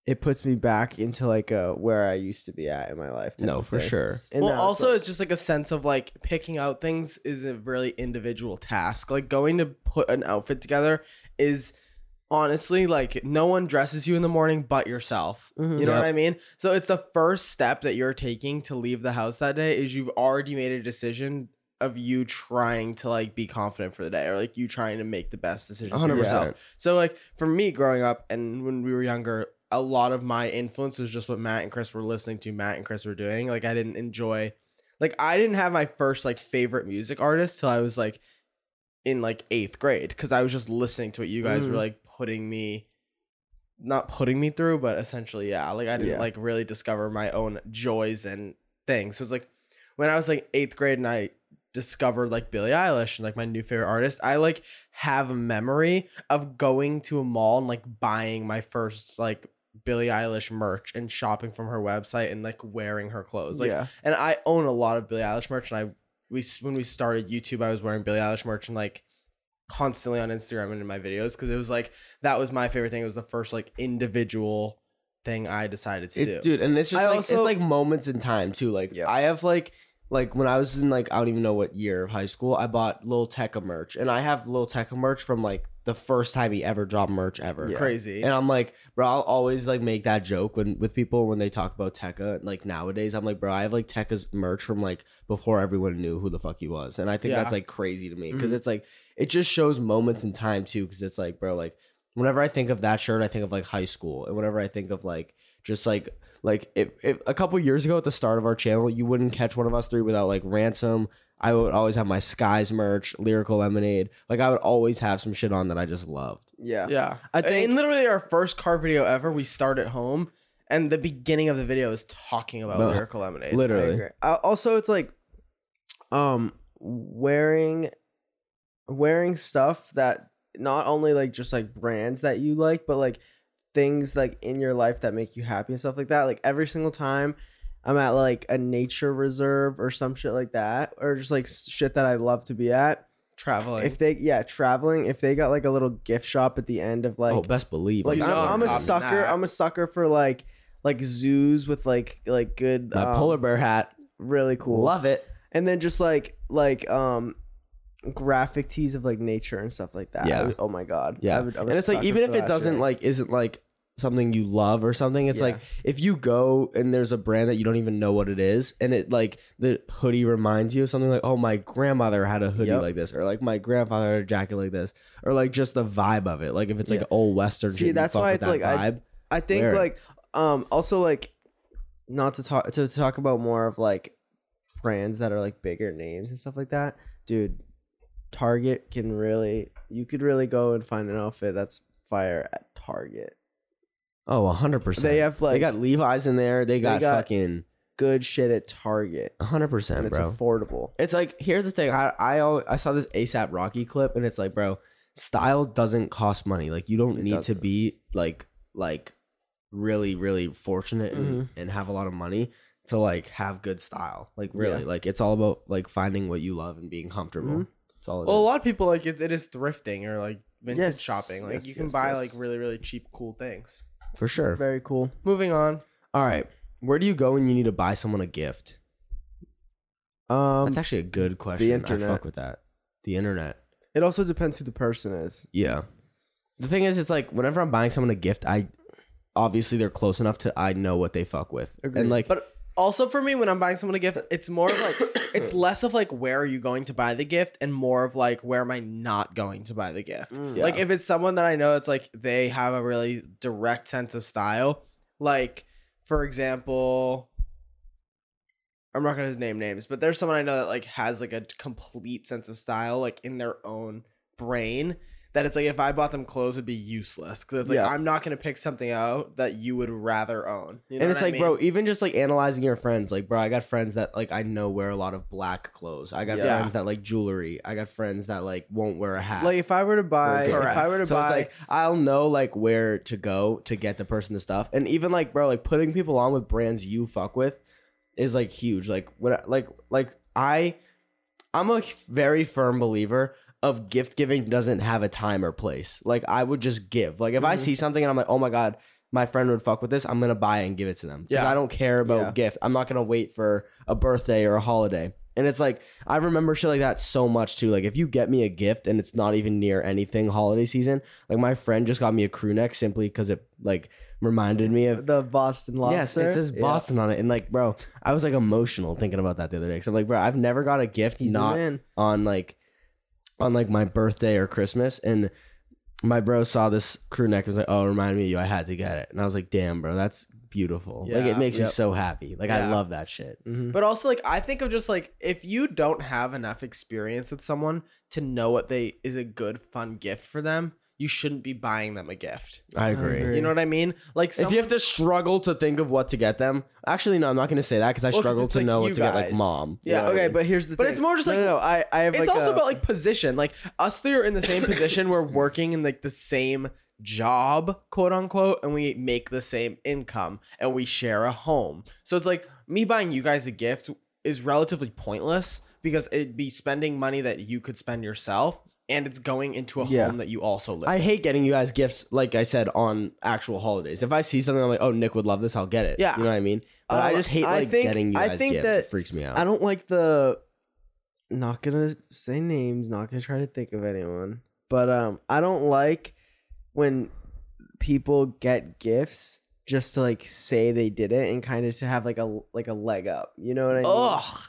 [SPEAKER 2] it puts me back into like a where I used to be at in my life. type
[SPEAKER 3] no,
[SPEAKER 2] of
[SPEAKER 3] for
[SPEAKER 2] thing.
[SPEAKER 3] sure.
[SPEAKER 2] And
[SPEAKER 1] well,
[SPEAKER 2] now it's,
[SPEAKER 1] also
[SPEAKER 2] like-
[SPEAKER 1] it's just like a sense of like picking out things is a really individual task. Like going to put an outfit together is honestly like no one dresses you in the morning but yourself.
[SPEAKER 2] Mhm.
[SPEAKER 1] You know
[SPEAKER 3] Yep.
[SPEAKER 1] what I mean? So it's the first step that you're taking to leave the house that day is you've already made a decision of you trying to like be confident for the day or like you trying to make the best decision for
[SPEAKER 3] 100%.
[SPEAKER 1] yourself. So like for me growing up and when we were younger, a lot of my influence was just what Matt and Chris were listening to, Matt and Chris were doing. Like I didn't enjoy like I didn't have my first like favorite music artist till I was like in like 8th grade cuz I was just listening to what you guys
[SPEAKER 2] Mhm.
[SPEAKER 1] were like putting me not putting me through, but essentially yeah, like I didn't
[SPEAKER 2] Yeah.
[SPEAKER 1] like really discover my own joys and things. So it's like when I was like 8th grade and I discovered like Billie Eilish and like my new favorite artist, I like have a memory of going to a mall and like buying my first like Billie Eilish merch and shopping from her website and like wearing her clothes. Like,
[SPEAKER 2] yeah.
[SPEAKER 1] and I own a lot of Billie Eilish merch. And I, we when we started YouTube, I was wearing Billie Eilish merch and like constantly on Instagram and in my videos because it was like that was my favorite thing. It was the first like individual thing I decided to
[SPEAKER 3] It,
[SPEAKER 1] do.
[SPEAKER 3] dude, and it's just
[SPEAKER 2] I
[SPEAKER 3] like
[SPEAKER 2] also-
[SPEAKER 3] it's like moments in time too. Like
[SPEAKER 2] Yeah.
[SPEAKER 3] I have like like when I was in like I don't even know what year of high school, I bought Lil Tecca merch, and I have Lil Tecca merch from like the first time he ever dropped merch ever.
[SPEAKER 2] Yeah.
[SPEAKER 1] Crazy.
[SPEAKER 3] And I'm like, bro, I'll always like make that joke when with people when they talk about Tekka. Like nowadays, I'm like, bro, I have like Tekka's merch from like before everyone knew who the fuck he was, and I think that's
[SPEAKER 1] Yeah.
[SPEAKER 3] like crazy to me because
[SPEAKER 2] Mm-hmm.
[SPEAKER 3] it's like it just shows moments in time too. Because it's like, bro, like whenever I think of that shirt, I think of like high school, and whenever I think of like just like like if, if a couple years ago at the start of our channel, you wouldn't catch one of us three without like ransom. I would always have my skies merch, lyrical lemonade. Like I would always have some shit on that I just loved.
[SPEAKER 2] yeah.
[SPEAKER 1] yeah,
[SPEAKER 2] I
[SPEAKER 1] I
[SPEAKER 2] think-
[SPEAKER 1] think in literally our first car video ever, we start at home. And the beginning of the video is talking about
[SPEAKER 3] No.
[SPEAKER 1] lyrical lemonade.
[SPEAKER 2] I
[SPEAKER 3] Literally,
[SPEAKER 2] agree. Uh, also, it's like, um, wearing, wearing stuff that not only like just like brands that you like, but like things like in your life that make you happy and stuff like that. Like every single time I'm at like a nature reserve or some shit like that, or just like s- shit that I love to be at.
[SPEAKER 1] traveling.
[SPEAKER 2] if they yeah traveling if they got like a little gift shop at the end of like
[SPEAKER 3] oh, best believe.
[SPEAKER 2] like
[SPEAKER 3] you
[SPEAKER 2] I'm,
[SPEAKER 3] saw
[SPEAKER 2] I'm
[SPEAKER 3] it.
[SPEAKER 2] a
[SPEAKER 1] copy
[SPEAKER 2] sucker
[SPEAKER 1] that.
[SPEAKER 2] I'm a sucker for like like zoos with like like good
[SPEAKER 3] My
[SPEAKER 2] um,
[SPEAKER 3] polar bear hat.
[SPEAKER 2] really cool
[SPEAKER 3] Love it.
[SPEAKER 2] and then just like like um graphic tees of like nature and stuff like that I
[SPEAKER 3] Yeah.
[SPEAKER 2] would- oh my god
[SPEAKER 3] Yeah.
[SPEAKER 2] I would- I'm a
[SPEAKER 3] and it's like
[SPEAKER 2] sucker
[SPEAKER 3] even
[SPEAKER 2] for
[SPEAKER 3] if it
[SPEAKER 2] that
[SPEAKER 3] doesn't
[SPEAKER 2] shit.
[SPEAKER 3] like isn't like something you love or something it's
[SPEAKER 2] Yeah.
[SPEAKER 3] like if you go and there's a brand that you don't even know what it is and it like the hoodie reminds you of something like oh my grandmother had a hoodie
[SPEAKER 2] Yep.
[SPEAKER 3] like this or like my grandfather had a jacket like this or like just the vibe of it like if it's like
[SPEAKER 2] Yeah.
[SPEAKER 3] old western
[SPEAKER 2] See,
[SPEAKER 3] shit, you
[SPEAKER 2] that's
[SPEAKER 3] fuck
[SPEAKER 2] why
[SPEAKER 3] with
[SPEAKER 2] it's
[SPEAKER 3] that
[SPEAKER 2] like, I-
[SPEAKER 3] vibe.
[SPEAKER 2] I think
[SPEAKER 3] Wear it.
[SPEAKER 2] like um also like not to talk to talk about more of like brands that are like bigger names and stuff like that. Dude, Target can really you could really go and find an outfit that's fire at Target.
[SPEAKER 3] oh 100 percent
[SPEAKER 2] They have like
[SPEAKER 3] they got levi's in there they got,
[SPEAKER 2] got-
[SPEAKER 3] fucking
[SPEAKER 2] good shit at Target
[SPEAKER 3] 100
[SPEAKER 2] and
[SPEAKER 3] percent
[SPEAKER 2] it's
[SPEAKER 3] bro
[SPEAKER 2] affordable.
[SPEAKER 3] It's like here's the thing. I I al- I saw this ASAP Rocky clip and it's like, bro, style doesn't cost money. Like you don't
[SPEAKER 2] It
[SPEAKER 3] need to
[SPEAKER 2] doesn't.
[SPEAKER 3] be like like really really fortunate and, and have a lot of money to like have good style. Like really, like it's all about like finding what you love and being comfortable.
[SPEAKER 2] Mhm.
[SPEAKER 3] It's all. it
[SPEAKER 1] well, a
[SPEAKER 3] is.
[SPEAKER 1] lot of people like it, it is thrifting or like vintage
[SPEAKER 2] Yes,
[SPEAKER 1] shopping. Like
[SPEAKER 2] yes,
[SPEAKER 1] you can
[SPEAKER 2] yes,
[SPEAKER 1] buy
[SPEAKER 2] yes.
[SPEAKER 1] like really really cheap cool things.
[SPEAKER 3] for sure.
[SPEAKER 2] Very cool.
[SPEAKER 1] Moving on.
[SPEAKER 3] All right, where do you go when you need to buy someone a gift?
[SPEAKER 2] Um
[SPEAKER 3] That's actually a good question.
[SPEAKER 2] internet.
[SPEAKER 3] I fuck with that. The internet.
[SPEAKER 2] it also depends who the person is.
[SPEAKER 3] Yeah. The thing is, it's like whenever I'm buying someone a gift, I obviously they're close enough to I know what they fuck with,
[SPEAKER 2] Agreed.
[SPEAKER 3] and like
[SPEAKER 1] But also for me, when I'm buying someone a gift, it's more of like
[SPEAKER 3] Hmm.
[SPEAKER 1] it's less of like where are you going to buy the gift and more of like where am I not going to buy the gift.
[SPEAKER 3] Yeah.
[SPEAKER 1] Like if it's someone that I know, it's like they have a really direct sense of style. Like for example, I'm not gonna name names, but there's someone I know that like has like a complete sense of style, like in their own brain. That it's like if I bought them clothes, it'd be useless because it's like
[SPEAKER 2] Yeah.
[SPEAKER 1] I'm not gonna pick something out that you would rather own. You know
[SPEAKER 3] and
[SPEAKER 1] what
[SPEAKER 3] it's
[SPEAKER 1] I
[SPEAKER 3] like,
[SPEAKER 1] mean?
[SPEAKER 3] bro, even just like analyzing your friends, like, bro, I got friends that like I know wear a lot of black clothes. I got
[SPEAKER 2] Yeah.
[SPEAKER 3] friends that like jewelry. I got friends that like won't wear a hat.
[SPEAKER 2] Like if I were to buy
[SPEAKER 3] Correct.
[SPEAKER 2] if I were to
[SPEAKER 3] so
[SPEAKER 2] buy
[SPEAKER 3] it's like I'll know like where to go to get the person the stuff, and even like bro, like putting people on with brands you fuck with is like huge. Like what, I- like like I, I'm a very firm believer of gift giving doesn't have a time or place. Like I would just give. Like if I
[SPEAKER 2] Mhm.
[SPEAKER 3] see something and I'm like, oh my god, my friend would fuck with this, I'm gonna buy it and give it to them. Yeah,
[SPEAKER 1] Yeah.
[SPEAKER 3] I don't care about
[SPEAKER 2] Yeah.
[SPEAKER 3] gift. I'm not gonna wait for a birthday or a holiday. And it's like I remember shit like that so much too. Like if you get me a gift and it's not even near anything holiday season, like my friend just got me a crew neck simply because it like reminded me of
[SPEAKER 2] the Boston
[SPEAKER 3] yes,
[SPEAKER 2] lobster.
[SPEAKER 3] it says
[SPEAKER 2] Yeah.
[SPEAKER 3] Boston on it. And like, bro, I was like emotional thinking about that the other day because I'm like, bro, I've never got a gift
[SPEAKER 2] He's the
[SPEAKER 3] not
[SPEAKER 2] man.
[SPEAKER 3] on like on like my birthday or Christmas and my bro saw this crew neck and was like, Oh, it reminded me of you, I had to get it. And I was like, damn, bro, that's beautiful. Like it
[SPEAKER 1] Yeah.
[SPEAKER 3] makes me
[SPEAKER 2] Yep.
[SPEAKER 3] so happy. Like I
[SPEAKER 1] Yeah.
[SPEAKER 3] love that shit.
[SPEAKER 2] Mhm.
[SPEAKER 1] But also, like, I think of just like if you don't have enough experience with someone to know what they is a good, fun gift for them, you shouldn't be buying them a gift.
[SPEAKER 3] I agree.
[SPEAKER 2] agree.
[SPEAKER 1] You know what I mean? Like, some,
[SPEAKER 3] if you have to struggle to think of what to get them, actually, no, I'm not gonna say that because I
[SPEAKER 1] Well, 'cause
[SPEAKER 3] struggle
[SPEAKER 1] it's
[SPEAKER 3] to
[SPEAKER 1] like
[SPEAKER 3] know
[SPEAKER 1] you
[SPEAKER 3] what to get, like
[SPEAKER 1] guys.
[SPEAKER 3] mom.
[SPEAKER 1] Yeah,
[SPEAKER 3] You know what I
[SPEAKER 2] okay,
[SPEAKER 3] mean?
[SPEAKER 2] but here's the
[SPEAKER 1] But
[SPEAKER 2] thing.
[SPEAKER 1] it's more just
[SPEAKER 2] No,
[SPEAKER 1] like-
[SPEAKER 3] oh,
[SPEAKER 2] no, no, I I have
[SPEAKER 1] it's
[SPEAKER 2] like
[SPEAKER 1] also
[SPEAKER 2] a-
[SPEAKER 1] about like position. Like us three are in the same position. We're working in like the same job, quote unquote, and we make the same income and we share a home. So it's like me buying you guys a gift is relatively pointless because it'd be spending money that you could spend yourself, and it's going into a
[SPEAKER 2] Yeah.
[SPEAKER 1] home that you also live.
[SPEAKER 3] I hate getting you guys gifts, like I said, on actual holidays. If I see something, I'm like, oh, Nick would love this. I'll get it.
[SPEAKER 1] Yeah.
[SPEAKER 3] You know what I mean? But I
[SPEAKER 2] Um,
[SPEAKER 3] just hate
[SPEAKER 2] I
[SPEAKER 3] like
[SPEAKER 2] think-
[SPEAKER 3] getting you
[SPEAKER 2] I
[SPEAKER 3] guys
[SPEAKER 2] think
[SPEAKER 3] gifts. it
[SPEAKER 2] that-
[SPEAKER 3] freaks me out.
[SPEAKER 2] I don't like the. Not gonna say names. Not gonna try to think of anyone. But um, I don't like when people get gifts just to like say they did it and kind of to have like a like a leg up. You know what I mean?
[SPEAKER 1] Ugh,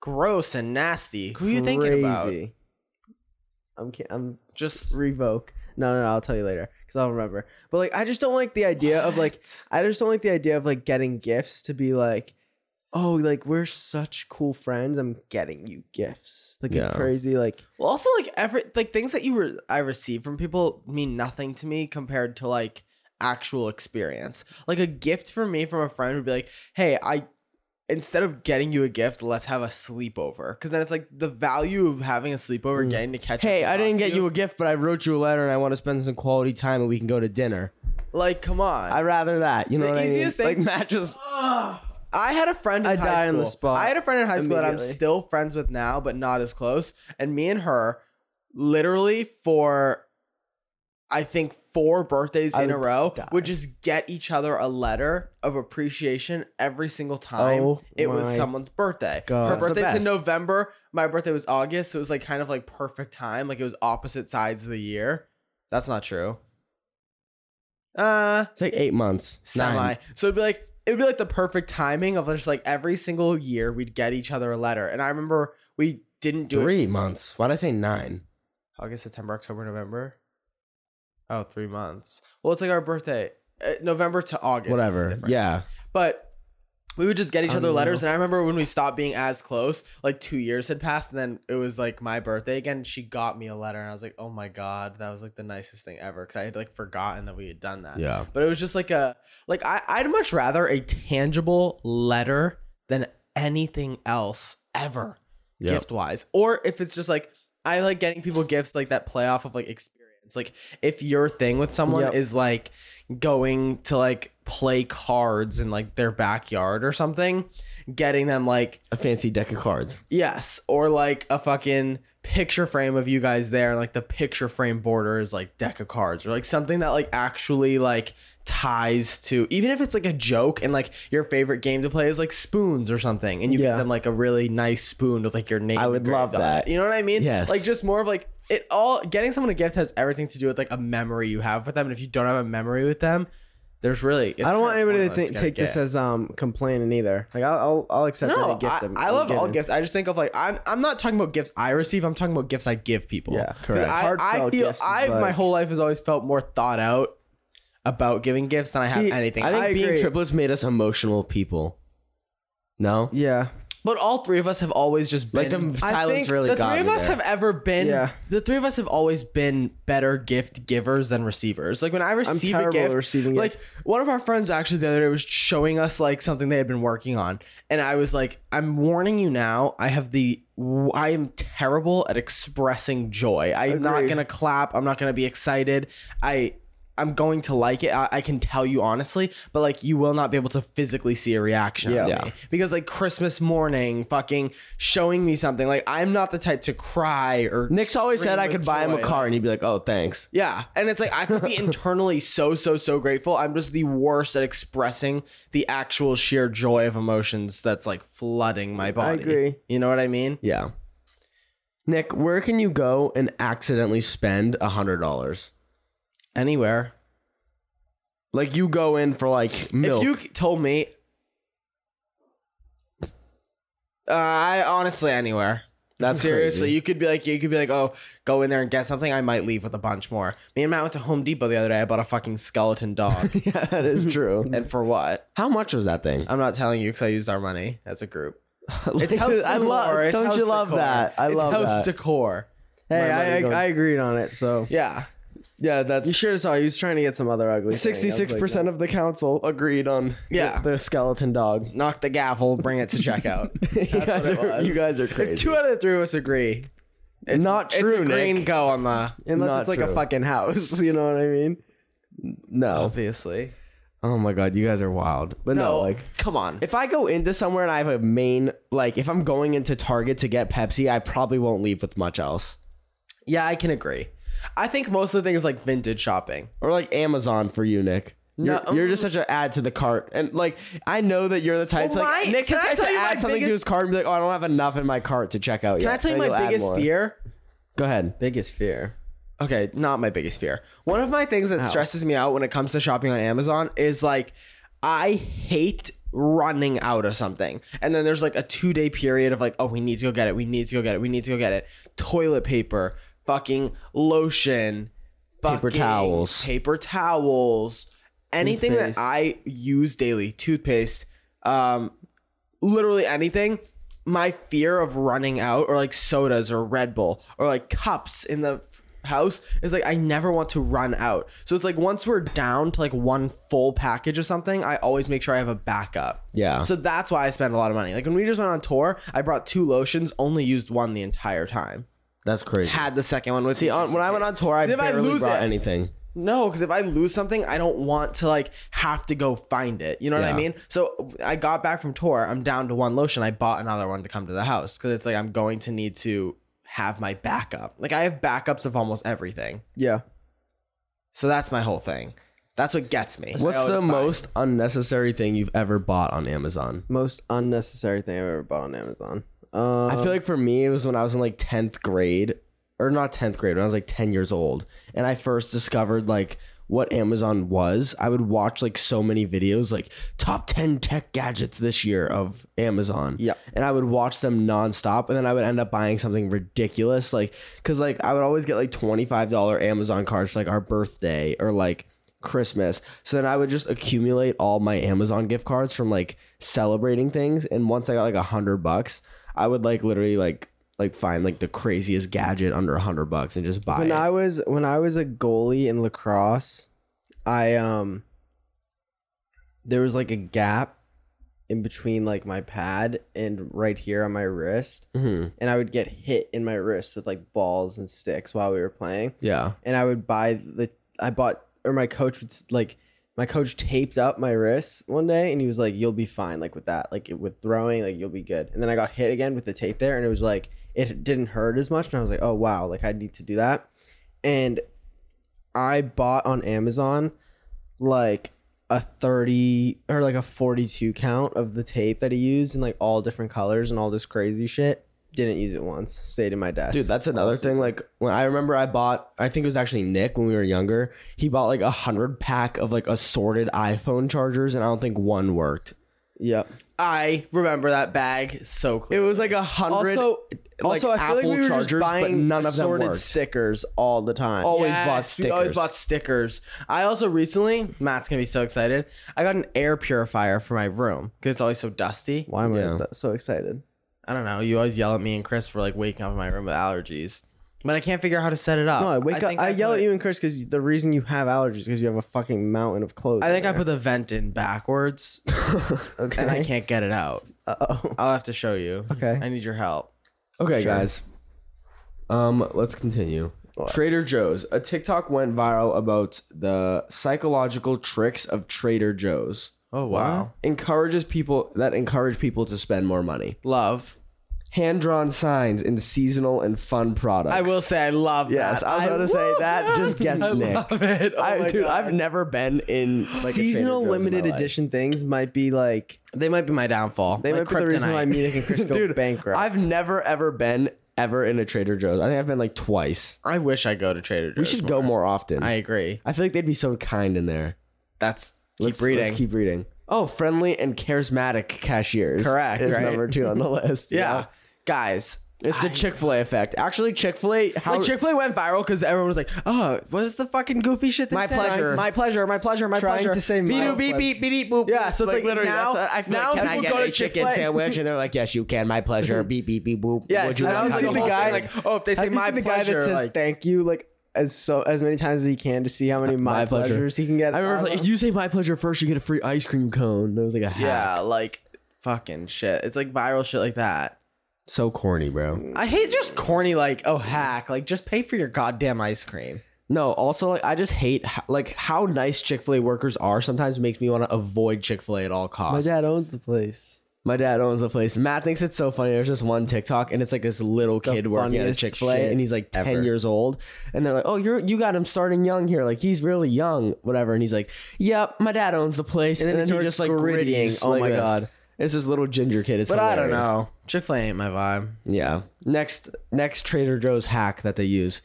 [SPEAKER 1] gross and nasty. Who you thinking about?
[SPEAKER 2] Crazy. I'm ca- I'm
[SPEAKER 1] Just
[SPEAKER 2] revoke. No, no, no. I'll tell you later because I'll remember. But like, I just don't like the idea of like I just don't like the idea of like getting gifts to be like, oh, like we're such cool friends. I'm getting you gifts. Like a
[SPEAKER 3] Yeah.
[SPEAKER 2] crazy, like
[SPEAKER 1] Well, also like every like things that you re- I receive from people mean nothing to me compared to like actual experience. Like a gift for me from a friend would be like, "Hey, I instead of getting you a gift, let's have a sleepover." Because then it's like the value of having a sleepover,
[SPEAKER 3] Mm.
[SPEAKER 1] getting to catch. up
[SPEAKER 3] Hey,
[SPEAKER 1] and
[SPEAKER 3] I
[SPEAKER 1] talk
[SPEAKER 3] didn't
[SPEAKER 1] to
[SPEAKER 3] get you a gift, but I wrote you a letter and I want to spend some quality time and we can go to dinner.
[SPEAKER 1] like, come on.
[SPEAKER 3] I'd rather that. You know
[SPEAKER 1] The
[SPEAKER 3] what I mean?
[SPEAKER 1] easiest thing-
[SPEAKER 3] Like Matt just
[SPEAKER 1] Ugh. I had a friend in
[SPEAKER 2] I
[SPEAKER 1] high
[SPEAKER 2] die
[SPEAKER 1] school.
[SPEAKER 2] on the spot
[SPEAKER 1] I had a friend in high school that I'm
[SPEAKER 2] immediately.
[SPEAKER 1] still friends with now, but not as close. And me and her literally for I think four birthdays
[SPEAKER 2] I
[SPEAKER 1] in a
[SPEAKER 2] would
[SPEAKER 1] row
[SPEAKER 2] die.
[SPEAKER 1] would just get each other a letter of appreciation every single time
[SPEAKER 2] Oh
[SPEAKER 1] it was
[SPEAKER 2] my
[SPEAKER 1] someone's birthday.
[SPEAKER 2] God.
[SPEAKER 1] Her
[SPEAKER 2] That's the
[SPEAKER 1] birthday's in
[SPEAKER 3] best.
[SPEAKER 1] November. My birthday was August, so it was like kind of like perfect time. Like it was opposite sides of the year. That's not true. Uh
[SPEAKER 3] It's like eight months.
[SPEAKER 1] semi.
[SPEAKER 3] Nine.
[SPEAKER 1] So it'd be like it would be like the perfect timing of just like every single year we'd get each other a letter. And I remember we didn't do it
[SPEAKER 3] Three months. Why'd I say nine?
[SPEAKER 1] August, September, October, November. Oh, three months. Well, it's like our birthday, Uh, November to August. is
[SPEAKER 3] Whatever.
[SPEAKER 1] different.
[SPEAKER 3] Yeah.
[SPEAKER 1] But we would just get each
[SPEAKER 3] I
[SPEAKER 1] other
[SPEAKER 3] don't
[SPEAKER 1] letters, and I remember when we stopped being as close, like two years had passed, and then it was like my birthday again. She got me a letter, and I was like, "Oh my god, that was like the nicest thing ever." Because I had like forgotten that we had done that.
[SPEAKER 3] Yeah.
[SPEAKER 1] But it was just like a like I, I'd much rather a tangible letter than anything else ever,
[SPEAKER 3] Yep.
[SPEAKER 1] gift wise. Or if it's just like I like getting people gifts like that play off of like experience. Like if your thing with someone
[SPEAKER 2] Yep.
[SPEAKER 1] is like going to like play cards in like their backyard or something, getting them like
[SPEAKER 3] A fancy deck of cards.
[SPEAKER 1] yes, or like a fucking picture frame of you guys there and like the picture frame border is like deck of cards or like something that like actually like ties to even if it's like a joke and like your favorite game to play is like spoons or something and you
[SPEAKER 2] Yeah.
[SPEAKER 1] get them like a really nice spoon with like your name
[SPEAKER 3] I would love
[SPEAKER 1] engraved on it.
[SPEAKER 3] that.
[SPEAKER 1] you know what i mean
[SPEAKER 3] Yes.
[SPEAKER 1] like just more of like it all getting someone a gift has everything to do with like a memory you have with them and if you don't have a memory with them there's really it's
[SPEAKER 2] I don't want
[SPEAKER 1] kinda
[SPEAKER 2] anybody to
[SPEAKER 1] pointless
[SPEAKER 2] think,
[SPEAKER 1] get a
[SPEAKER 2] take this
[SPEAKER 1] gift.
[SPEAKER 2] as um complaining either. Like I'll I'll, I'll accept
[SPEAKER 1] No,
[SPEAKER 2] any gift.
[SPEAKER 1] I,
[SPEAKER 2] I'm-
[SPEAKER 1] I
[SPEAKER 2] I'm
[SPEAKER 1] love all
[SPEAKER 2] given.
[SPEAKER 1] gifts. I just think of like I'm I'm not talking about gifts I receive. I'm talking about gifts I give people.
[SPEAKER 2] Yeah,
[SPEAKER 1] 'Cause
[SPEAKER 3] correct.
[SPEAKER 1] I, I
[SPEAKER 2] Heartfelt
[SPEAKER 1] feel
[SPEAKER 2] gifts is
[SPEAKER 1] I my
[SPEAKER 2] like-
[SPEAKER 1] whole life has always felt more thought out about giving gifts than I have
[SPEAKER 2] See,
[SPEAKER 1] anything.
[SPEAKER 3] I think
[SPEAKER 1] I-
[SPEAKER 3] being
[SPEAKER 2] agree.
[SPEAKER 3] triplets made us emotional people. No?
[SPEAKER 2] Yeah,
[SPEAKER 1] but all three of us have always just been
[SPEAKER 3] Like the
[SPEAKER 1] I
[SPEAKER 3] silence
[SPEAKER 1] think
[SPEAKER 3] really
[SPEAKER 1] the
[SPEAKER 3] got
[SPEAKER 1] three of
[SPEAKER 3] me
[SPEAKER 1] us
[SPEAKER 3] there.
[SPEAKER 1] have ever been
[SPEAKER 2] Yeah.
[SPEAKER 1] the three of us have always been better gift givers than receivers. Like when I
[SPEAKER 2] I'm
[SPEAKER 1] receive a
[SPEAKER 2] terrible
[SPEAKER 1] gift,
[SPEAKER 2] at receiving
[SPEAKER 1] like
[SPEAKER 2] it.
[SPEAKER 1] one of our friends actually the other day was showing us like something they had been working on and i was like i'm warning you now i have the i am terrible at expressing joy i'm not
[SPEAKER 2] Agreed.
[SPEAKER 1] gonna clap i'm not gonna be excited i i'm going to like it I, I can tell you honestly but like you will not be able to physically see a reaction
[SPEAKER 2] Yeah.
[SPEAKER 1] out of
[SPEAKER 3] Yeah.
[SPEAKER 1] me. because like christmas morning fucking showing me something like i'm not the type to cry or
[SPEAKER 3] Nick's always
[SPEAKER 1] scream
[SPEAKER 3] said I
[SPEAKER 1] with
[SPEAKER 3] could buy him a
[SPEAKER 1] joy.
[SPEAKER 3] car and he'd be like, oh, thanks.
[SPEAKER 1] Yeah. And it's like I could be internally so, so, so grateful. I'm just the worst at expressing the actual sheer joy of emotions that's like flooding my body.
[SPEAKER 2] agree.
[SPEAKER 1] You know what I mean?
[SPEAKER 3] Yeah. Nick, where can you go and accidentally spend a hundred dollars?
[SPEAKER 1] Anywhere.
[SPEAKER 3] Like you go in for like milk.
[SPEAKER 1] If you told me uh, I honestly anywhere.
[SPEAKER 3] That's
[SPEAKER 1] Seriously,
[SPEAKER 3] crazy.
[SPEAKER 1] you could be like, you could be like, oh, go in there and get something. I might leave with a bunch more. Me and Matt went to Home Depot the other day. I bought a fucking skeleton dog.
[SPEAKER 3] yeah, that is true.
[SPEAKER 1] and for what?
[SPEAKER 3] How much was that thing?
[SPEAKER 1] I'm not telling you because I used our money as a group. It's
[SPEAKER 3] Like,
[SPEAKER 1] house decor.
[SPEAKER 3] I love.
[SPEAKER 1] it's
[SPEAKER 3] don't
[SPEAKER 1] house
[SPEAKER 3] you love
[SPEAKER 1] decor.
[SPEAKER 3] that? I
[SPEAKER 1] it's
[SPEAKER 3] love
[SPEAKER 1] house
[SPEAKER 3] that.
[SPEAKER 1] decor.
[SPEAKER 2] hey,
[SPEAKER 3] money
[SPEAKER 2] I, I
[SPEAKER 3] going-
[SPEAKER 2] I agreed on it. So
[SPEAKER 1] Yeah.
[SPEAKER 3] yeah,
[SPEAKER 2] you
[SPEAKER 3] that's
[SPEAKER 2] should have saw. He was trying to get some other ugly. thing. I was like,
[SPEAKER 3] sixty-six percent of the council agreed on.
[SPEAKER 1] Yeah.
[SPEAKER 3] the, the skeleton dog.
[SPEAKER 1] Knock the gavel, bring it to checkout.
[SPEAKER 3] you, guys
[SPEAKER 1] what it
[SPEAKER 3] are,
[SPEAKER 1] was.
[SPEAKER 3] you guys are crazy.
[SPEAKER 1] if two out of the three of us agree,
[SPEAKER 3] it's not true,
[SPEAKER 1] it's a green
[SPEAKER 3] Nick.
[SPEAKER 1] go on the
[SPEAKER 2] no. unless
[SPEAKER 3] Not
[SPEAKER 2] it's like
[SPEAKER 3] true.
[SPEAKER 2] a fucking house. You know what I mean?
[SPEAKER 3] No.
[SPEAKER 1] obviously.
[SPEAKER 3] Oh my god, you guys are wild. But no,
[SPEAKER 1] No,
[SPEAKER 3] like
[SPEAKER 1] come on.
[SPEAKER 3] if I go into somewhere and I have a main like if I'm going into Target to get Pepsi, I probably won't leave with much else.
[SPEAKER 1] yeah, I can agree. I think most of the things like vintage shopping.
[SPEAKER 3] Or like Amazon for you, Nick. You're,
[SPEAKER 1] No.
[SPEAKER 3] you're just such an add to the cart, and like I know that you're the type
[SPEAKER 1] Well,
[SPEAKER 3] to like
[SPEAKER 1] my-
[SPEAKER 3] Nick
[SPEAKER 1] can I
[SPEAKER 3] tries to
[SPEAKER 1] tell you my
[SPEAKER 3] add something to his
[SPEAKER 1] biggest-
[SPEAKER 3] cart and be like, oh, I don't have enough in my cart to check out
[SPEAKER 1] Can
[SPEAKER 3] yet.
[SPEAKER 1] I tell you
[SPEAKER 3] And he'll
[SPEAKER 1] my
[SPEAKER 3] add
[SPEAKER 1] biggest
[SPEAKER 3] more.
[SPEAKER 1] fear?
[SPEAKER 3] Go ahead.
[SPEAKER 2] Biggest fear.
[SPEAKER 1] okay, not my biggest fear. One of my things that stresses me out when it comes to shopping on Amazon is like I hate running out of something. And then there's like a 2-day period of like, "Oh, we need to go get it. We need to go get it. We need to go get it." Toilet paper, fucking lotion, fucking
[SPEAKER 3] towels.
[SPEAKER 1] paper towels, anything
[SPEAKER 2] Toothpaste.
[SPEAKER 1] that I use daily, toothpaste, um literally anything my fear of running out or like sodas or red bull or like cups in the house is like i never want to run out so it's like once we're down to like one full package of something i always make sure i have a backup
[SPEAKER 3] Yeah.
[SPEAKER 1] so that's why i spend a lot of money like when we just went on tour i brought two lotions only used one the entire time
[SPEAKER 3] That's crazy.
[SPEAKER 1] had the second one with
[SPEAKER 3] See,
[SPEAKER 1] me
[SPEAKER 3] on,
[SPEAKER 1] just
[SPEAKER 3] when
[SPEAKER 1] in
[SPEAKER 3] I went
[SPEAKER 1] case.
[SPEAKER 3] on tour, I
[SPEAKER 1] If I
[SPEAKER 3] barely
[SPEAKER 1] lose
[SPEAKER 3] brought
[SPEAKER 1] it-
[SPEAKER 3] anything.
[SPEAKER 1] No, because if I lose something, I don't want to like have to go find it. You know what I
[SPEAKER 3] Yeah.
[SPEAKER 1] mean? So I got back from tour. I'm down to one lotion. I bought another one to come to the house because it's like I'm going to need to have my backup. Like I have backups of almost everything.
[SPEAKER 2] Yeah.
[SPEAKER 1] So that's my whole thing. That's what gets me.
[SPEAKER 3] What's the most unnecessary thing you've ever bought on Amazon?
[SPEAKER 2] Most unnecessary thing I've ever bought on Amazon. Uh,
[SPEAKER 3] I feel like for me, it was when I was in like 10th grade, or not 10th grade, when I was like 10 years old, and I first discovered like what Amazon was. I would watch like so many videos, like top 10 tech gadgets this year of Amazon.
[SPEAKER 2] Yeah.
[SPEAKER 3] And I would watch them nonstop, and then I would end up buying something ridiculous. Like, cause like I would always get like $25 Amazon cards for like our birthday or like Christmas. So then I would just accumulate all my Amazon gift cards from like celebrating things. And once I got like a hundred bucks, I would like literally like like find like the craziest gadget under a hundred bucks and just buy
[SPEAKER 2] when
[SPEAKER 3] it.
[SPEAKER 2] I was when I was a goalie in lacrosse, I um there was like a gap in between like my pad and right here on my wrist,
[SPEAKER 3] Mhm.
[SPEAKER 2] and I would get hit in my wrist with like balls and sticks while we were playing.
[SPEAKER 3] Yeah.
[SPEAKER 2] and I would buy the I bought or my coach would s- like my coach taped up my wrists one day and he was like you'll be fine like with that like with throwing like you'll be good and then I got hit again with the tape there and it was like it didn't hurt as much and I was like oh wow like I need to do that and I bought on Amazon like a 30 or like a 42 count of the tape that he used in like all different colors and all this crazy shit didn't use it once stayed in my desk
[SPEAKER 3] Dude, that's another thing. Like when I remember I bought, I think it was actually Nick when we were younger. He bought like a hundred pack of like assorted iPhone chargers, and I don't think one worked.
[SPEAKER 2] yep
[SPEAKER 1] I remember that bag so
[SPEAKER 3] It
[SPEAKER 1] clearly.
[SPEAKER 3] was like a hundred.
[SPEAKER 2] Also-
[SPEAKER 3] like,
[SPEAKER 2] also, I feel
[SPEAKER 3] Apple
[SPEAKER 2] like we were
[SPEAKER 3] chargers, but
[SPEAKER 2] just buying
[SPEAKER 3] none of them
[SPEAKER 2] assorted
[SPEAKER 3] worked.
[SPEAKER 2] stickers all the time.
[SPEAKER 3] always
[SPEAKER 1] Yes,
[SPEAKER 3] bought
[SPEAKER 1] We
[SPEAKER 3] stickers.
[SPEAKER 1] always bought stickers. I also recently, Matt's gonna be so excited. I got an air purifier for my room because it's always so dusty.
[SPEAKER 2] Why am
[SPEAKER 3] Yeah.
[SPEAKER 2] I th- so excited?
[SPEAKER 1] I don't know. You always yell at me and Chris for like waking up in my room with allergies, but I can't figure out how to set it up.
[SPEAKER 2] No, Oh, I wake up.
[SPEAKER 1] think
[SPEAKER 2] I
[SPEAKER 1] put
[SPEAKER 2] yell at
[SPEAKER 1] it-
[SPEAKER 2] you and Chris because the reason you have allergies is because you have a fucking mountain of clothes.
[SPEAKER 1] I think I put the vent in backwards,
[SPEAKER 2] Okay.
[SPEAKER 1] and I can't get it out.
[SPEAKER 2] Uh-oh.
[SPEAKER 1] I'll have to show you.
[SPEAKER 2] Okay.
[SPEAKER 1] I need your help.
[SPEAKER 3] Okay, guys. Um, let's continue. Trader Joe's. A TikTok went viral about the psychological tricks of Trader Joe's.
[SPEAKER 1] Oh wow.
[SPEAKER 3] Encourages people that encourage people to spend more money.
[SPEAKER 1] Love.
[SPEAKER 3] Hand drawn signs in seasonal and fun products.
[SPEAKER 1] I will say I love
[SPEAKER 3] Yes,
[SPEAKER 1] that.
[SPEAKER 3] I was about to say,
[SPEAKER 1] love
[SPEAKER 3] that just gets
[SPEAKER 1] I
[SPEAKER 3] Nick.
[SPEAKER 1] love it. Oh
[SPEAKER 3] I,
[SPEAKER 1] my
[SPEAKER 3] dude,
[SPEAKER 1] God.
[SPEAKER 3] I've never been in like a Trader Joe's
[SPEAKER 2] Seasonal
[SPEAKER 3] in my
[SPEAKER 2] limited
[SPEAKER 3] life.
[SPEAKER 2] edition things might be like
[SPEAKER 1] They might be my downfall.
[SPEAKER 2] they might be the reason why Munich and Chris go
[SPEAKER 3] Dude,
[SPEAKER 2] bankrupt.
[SPEAKER 3] I've never ever been ever in a Trader Joe's. I think I've been like twice.
[SPEAKER 1] I wish I go to Trader Joe's.
[SPEAKER 3] We should go more often.
[SPEAKER 1] I agree.
[SPEAKER 3] I feel like they'd be so kind in there.
[SPEAKER 1] That's keep
[SPEAKER 3] Let's-
[SPEAKER 1] reading.
[SPEAKER 3] Let's keep reading. Oh, friendly and charismatic cashiers.
[SPEAKER 1] Correct,
[SPEAKER 3] Is
[SPEAKER 1] right?
[SPEAKER 3] number two on the list.
[SPEAKER 1] yeah. guys.
[SPEAKER 3] It's the Chick fil A effect. Actually, Chick fil A, how.
[SPEAKER 1] Like Chick Fil A went viral because everyone was like, "Oh, what is the fucking goofy shit?" They
[SPEAKER 3] My
[SPEAKER 1] said?
[SPEAKER 3] pleasure.
[SPEAKER 1] my pleasure, my pleasure, my
[SPEAKER 2] Trying
[SPEAKER 1] pleasure.
[SPEAKER 2] to say
[SPEAKER 1] beep
[SPEAKER 2] my
[SPEAKER 1] doop, beep
[SPEAKER 2] pleasure.
[SPEAKER 1] beep beep beep boop.
[SPEAKER 3] yeah, so it's like, literally
[SPEAKER 1] now,
[SPEAKER 3] that's, I feel
[SPEAKER 1] now
[SPEAKER 3] like
[SPEAKER 1] people
[SPEAKER 3] I
[SPEAKER 1] go to Chick-fil-A.
[SPEAKER 3] and they're like, yes, you can. My pleasure. beep beep beep boop.
[SPEAKER 1] Yeah,
[SPEAKER 3] Would
[SPEAKER 1] so
[SPEAKER 3] like
[SPEAKER 1] now
[SPEAKER 3] to
[SPEAKER 1] you see
[SPEAKER 3] have
[SPEAKER 1] the
[SPEAKER 3] a
[SPEAKER 1] guy
[SPEAKER 3] whole-
[SPEAKER 1] like, "Oh, if they say
[SPEAKER 2] Have you
[SPEAKER 1] my
[SPEAKER 2] seen the guy
[SPEAKER 1] pleasure,"
[SPEAKER 2] that says
[SPEAKER 1] like,
[SPEAKER 2] thank you like as so as many times as he can to see how many my,
[SPEAKER 3] My pleasure.
[SPEAKER 2] pleasures he can get?
[SPEAKER 3] I remember
[SPEAKER 2] out
[SPEAKER 3] like,
[SPEAKER 2] of
[SPEAKER 3] if you say my pleasure first, you get a free ice cream cone. There was like a hat.
[SPEAKER 1] yeah, like fucking shit. It's like viral shit like that.
[SPEAKER 3] So corny, bro.
[SPEAKER 1] I hate just corny like, "Oh, hack!" Like just pay for your goddamn ice cream.
[SPEAKER 3] No, also like I just hate ho- like how nice Chick fil A workers are. Sometimes makes me want to avoid Chick fil A at all costs.
[SPEAKER 2] my dad owns the place.
[SPEAKER 3] My dad owns the place. Matt thinks it's so funny. There's just one TikTok, and it's like this little
[SPEAKER 2] the
[SPEAKER 3] kid working at a
[SPEAKER 2] funniest
[SPEAKER 3] Chick Fil A,
[SPEAKER 2] shit
[SPEAKER 3] and he's like ten
[SPEAKER 2] ever.
[SPEAKER 3] years old, and they're like, "Oh, you're you got him starting young here. Like he's really young, whatever." And he's like, "Yep, my dad owns the place," and
[SPEAKER 2] then
[SPEAKER 3] then,
[SPEAKER 2] he
[SPEAKER 3] he
[SPEAKER 2] starts
[SPEAKER 3] just like
[SPEAKER 2] gritting.
[SPEAKER 3] gritties,
[SPEAKER 2] Oh
[SPEAKER 3] like
[SPEAKER 2] my
[SPEAKER 3] this.
[SPEAKER 2] God.
[SPEAKER 3] it's this little ginger kid. It's
[SPEAKER 1] But I don't
[SPEAKER 3] hilarious.
[SPEAKER 1] know. Chick Fil A ain't my vibe.
[SPEAKER 3] Yeah. Next next Trader Joe's hack that they use.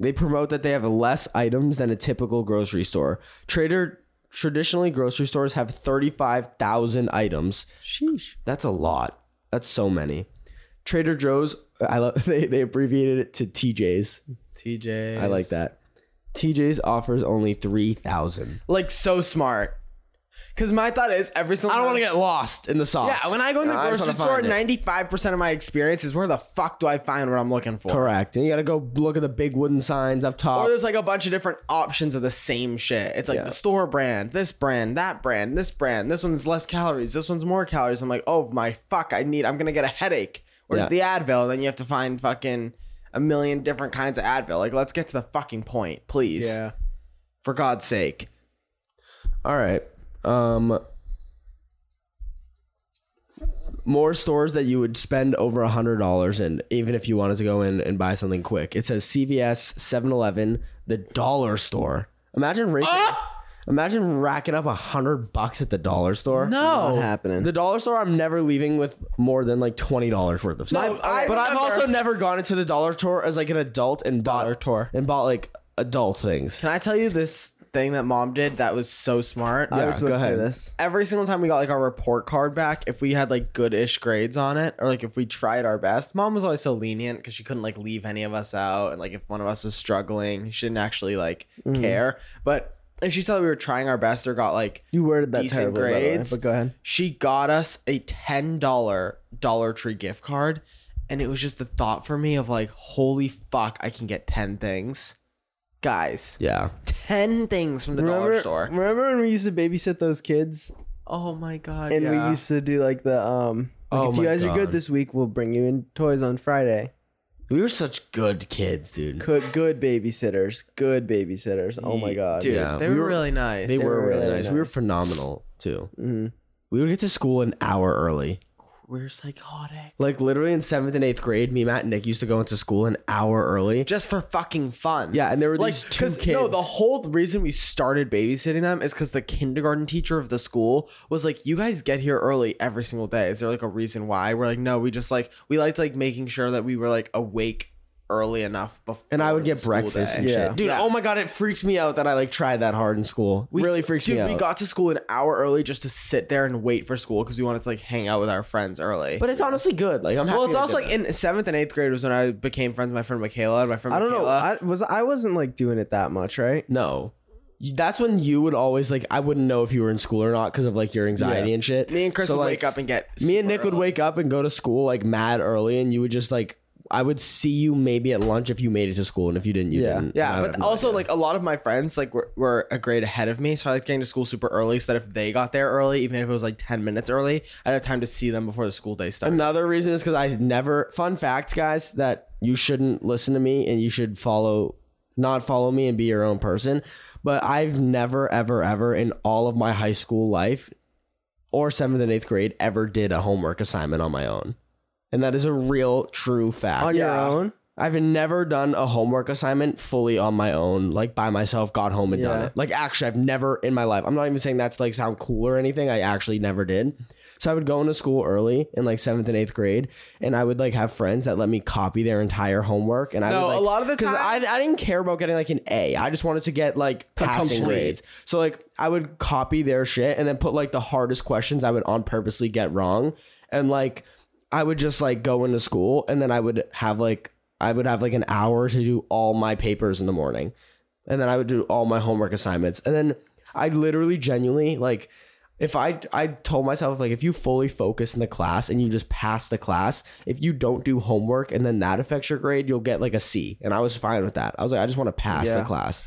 [SPEAKER 3] They promote that they have less items than a typical grocery store. Trader traditionally grocery stores have 35,000 items. Sheesh. That's a lot. That's so many. Trader Joe's I love they, they abbreviated it to TJ's.
[SPEAKER 1] TJ.
[SPEAKER 3] I like that. TJ's offers only 3,000.
[SPEAKER 1] Like so smart. Cause my thought is every single
[SPEAKER 3] I don't
[SPEAKER 1] time-
[SPEAKER 3] want to get lost in the sauce.
[SPEAKER 1] Yeah, when I go in the
[SPEAKER 3] just
[SPEAKER 1] grocery
[SPEAKER 3] wanna
[SPEAKER 1] store,
[SPEAKER 3] find it.
[SPEAKER 1] ninety five percent of my experience is where the fuck do I find what I'm looking for?
[SPEAKER 3] Correct. And you got to go look at the big wooden signs up top.
[SPEAKER 1] Or there's like a bunch of different options of the same shit. It's like
[SPEAKER 3] Yeah.
[SPEAKER 1] the store brand, this brand, that brand, this brand. This one's less calories. This one's more calories. I'm like, oh my fuck, I need. I'm gonna get a headache. Where's
[SPEAKER 3] Yeah.
[SPEAKER 1] the Advil? And then you have to find fucking a million different kinds of Advil. Like, let's get to the fucking point, please.
[SPEAKER 2] Yeah.
[SPEAKER 1] For God's sake.
[SPEAKER 3] All right. Um more stores that you would spend over a hundred dollars in, even if you wanted to go in and buy something quick. It says CVS, 7-Eleven, the dollar store. Imagine raking, imagine racking up a hundred bucks at the dollar store.
[SPEAKER 2] Not
[SPEAKER 1] No.
[SPEAKER 2] happening.
[SPEAKER 3] The dollar store, I'm never leaving with more than like twenty dollars worth of stuff.
[SPEAKER 1] I
[SPEAKER 3] but I've
[SPEAKER 1] remember-
[SPEAKER 3] also never gone into the dollar store as like an adult and bought
[SPEAKER 1] Dollar Store.
[SPEAKER 3] and bought like adult things.
[SPEAKER 1] Can I tell you this thing that mom did that was so smart?
[SPEAKER 2] I
[SPEAKER 1] Yeah.
[SPEAKER 2] was about
[SPEAKER 3] go
[SPEAKER 2] to say
[SPEAKER 3] ahead.
[SPEAKER 2] this.
[SPEAKER 1] Every single time we got like our report card back, if we had like good-ish grades on it, or like if we tried our best, mom was always so lenient because she couldn't like leave any of us out, and like if one of us was struggling, she didn't actually like
[SPEAKER 2] Mm.
[SPEAKER 1] care. But if she saw that we were trying our best or got like
[SPEAKER 2] You worded that
[SPEAKER 1] Decent
[SPEAKER 2] terribly, by the way,
[SPEAKER 1] grades.
[SPEAKER 2] but go ahead.
[SPEAKER 1] she got us a ten dollar Dollar Tree gift card, and it was just the thought for me of like, holy fuck, I can get ten things, guys,
[SPEAKER 3] Yeah.
[SPEAKER 1] ten things from the
[SPEAKER 2] Remember,
[SPEAKER 1] dollar store.
[SPEAKER 2] remember when we used to babysit those kids
[SPEAKER 1] Oh my god,
[SPEAKER 2] and
[SPEAKER 1] yeah.
[SPEAKER 2] we used to do like the um like
[SPEAKER 3] Oh
[SPEAKER 2] if you
[SPEAKER 3] my
[SPEAKER 2] guys are good
[SPEAKER 3] God.
[SPEAKER 2] this week, we'll bring you in toys on Friday.
[SPEAKER 3] We were such good kids, dude.
[SPEAKER 2] Good good babysitters. Good babysitters. Oh my god.
[SPEAKER 1] dude,
[SPEAKER 3] Yeah,
[SPEAKER 1] they
[SPEAKER 3] we
[SPEAKER 1] were,
[SPEAKER 3] were-
[SPEAKER 1] really nice.
[SPEAKER 3] They were really
[SPEAKER 2] really
[SPEAKER 3] nice. We were
[SPEAKER 2] nice.
[SPEAKER 3] phenomenal too.
[SPEAKER 2] Mhm.
[SPEAKER 3] We would get to school an hour early.
[SPEAKER 1] we're psychotic
[SPEAKER 3] Like literally in seventh and eighth grade, me, Matt, and Nick used to go into school an hour early.
[SPEAKER 1] just for fucking fun.
[SPEAKER 3] Yeah, and there were
[SPEAKER 1] Like,
[SPEAKER 3] these two
[SPEAKER 1] 'cause,
[SPEAKER 3] kids.
[SPEAKER 1] no, the whole reason we started babysitting them is because the kindergarten teacher of the school was like, "You guys get here early every single day. Is there like a reason why?" We're like, "No, we just like we liked like making sure that we were like awake early enough before."
[SPEAKER 3] and I would get
[SPEAKER 1] school
[SPEAKER 3] breakfast
[SPEAKER 1] day.
[SPEAKER 3] and
[SPEAKER 2] Yeah.
[SPEAKER 3] shit. Dude,
[SPEAKER 1] Yeah.
[SPEAKER 3] oh my god, it freaks me out that I like tried that hard in school.
[SPEAKER 1] We,
[SPEAKER 3] really freaks
[SPEAKER 1] dude,
[SPEAKER 3] me out.
[SPEAKER 1] We got to school an hour early just to sit there and wait for school because we wanted to like hang out with our friends early.
[SPEAKER 3] but it's honestly good. Like I'm happy.
[SPEAKER 1] well, it's
[SPEAKER 3] I
[SPEAKER 1] also
[SPEAKER 3] did
[SPEAKER 1] like in seventh and eighth grade was when I became friends with my friend Michaela and my friend.
[SPEAKER 2] I don't know.
[SPEAKER 1] Michaela-
[SPEAKER 2] I was I wasn't like doing it that much, right?
[SPEAKER 3] that. no. You- That's when you would always like I wouldn't know if you were in school or not because of like your anxiety and shit.
[SPEAKER 1] me and Chris
[SPEAKER 3] So,
[SPEAKER 1] would
[SPEAKER 3] like,
[SPEAKER 1] wake up and get
[SPEAKER 3] Me and
[SPEAKER 1] super
[SPEAKER 3] Nick would
[SPEAKER 1] early.
[SPEAKER 3] wake up and go to school like mad early, and you would just like I would see you maybe at lunch if you made it to school, and if you didn't, you
[SPEAKER 2] Yeah.
[SPEAKER 3] didn't.
[SPEAKER 1] Yeah,
[SPEAKER 3] And I
[SPEAKER 1] but
[SPEAKER 3] would-
[SPEAKER 1] also like a lot of my friends like were, were a grade ahead of me, so I like getting to school super early so that if they got there early, even if it was like ten minutes early, I'd have time to see them before the school day started.
[SPEAKER 3] Another reason is because I never. Fun fact, guys, that you shouldn't listen to me and you should follow, not follow me and be your own person. But I've never, ever, ever in all of my high school life or seventh and eighth grade ever did a homework assignment on my own. And that is a real, true fact.
[SPEAKER 2] On your own.
[SPEAKER 3] I've never done a homework assignment fully on my own, like by myself, got home and done
[SPEAKER 2] Yeah.
[SPEAKER 3] it. Like, actually, I've never in my life, I'm not even saying that to like sound cool or anything. I actually never did. So I would go into school early in like seventh and eighth grade, and I would like have friends that let me copy their entire homework. And I
[SPEAKER 1] No,
[SPEAKER 3] would, like,
[SPEAKER 1] a lot of the
[SPEAKER 3] because
[SPEAKER 1] time-
[SPEAKER 3] I, I didn't care about getting like an A. I just wanted to get like passing
[SPEAKER 1] complete.
[SPEAKER 3] grades. So like I would copy their shit and then put like the hardest questions I would on purposely get wrong. And like I would just like go into school and then I would have like I would have like an hour to do all my papers in the morning. And then I would do all my homework assignments. And then I literally genuinely like if I I told myself like if you fully focus in the class and you just pass the class, if you don't do homework and then that affects your grade, you'll get like a C. And I was fine with that. I was like I just want to pass the
[SPEAKER 2] Yeah.
[SPEAKER 3] class.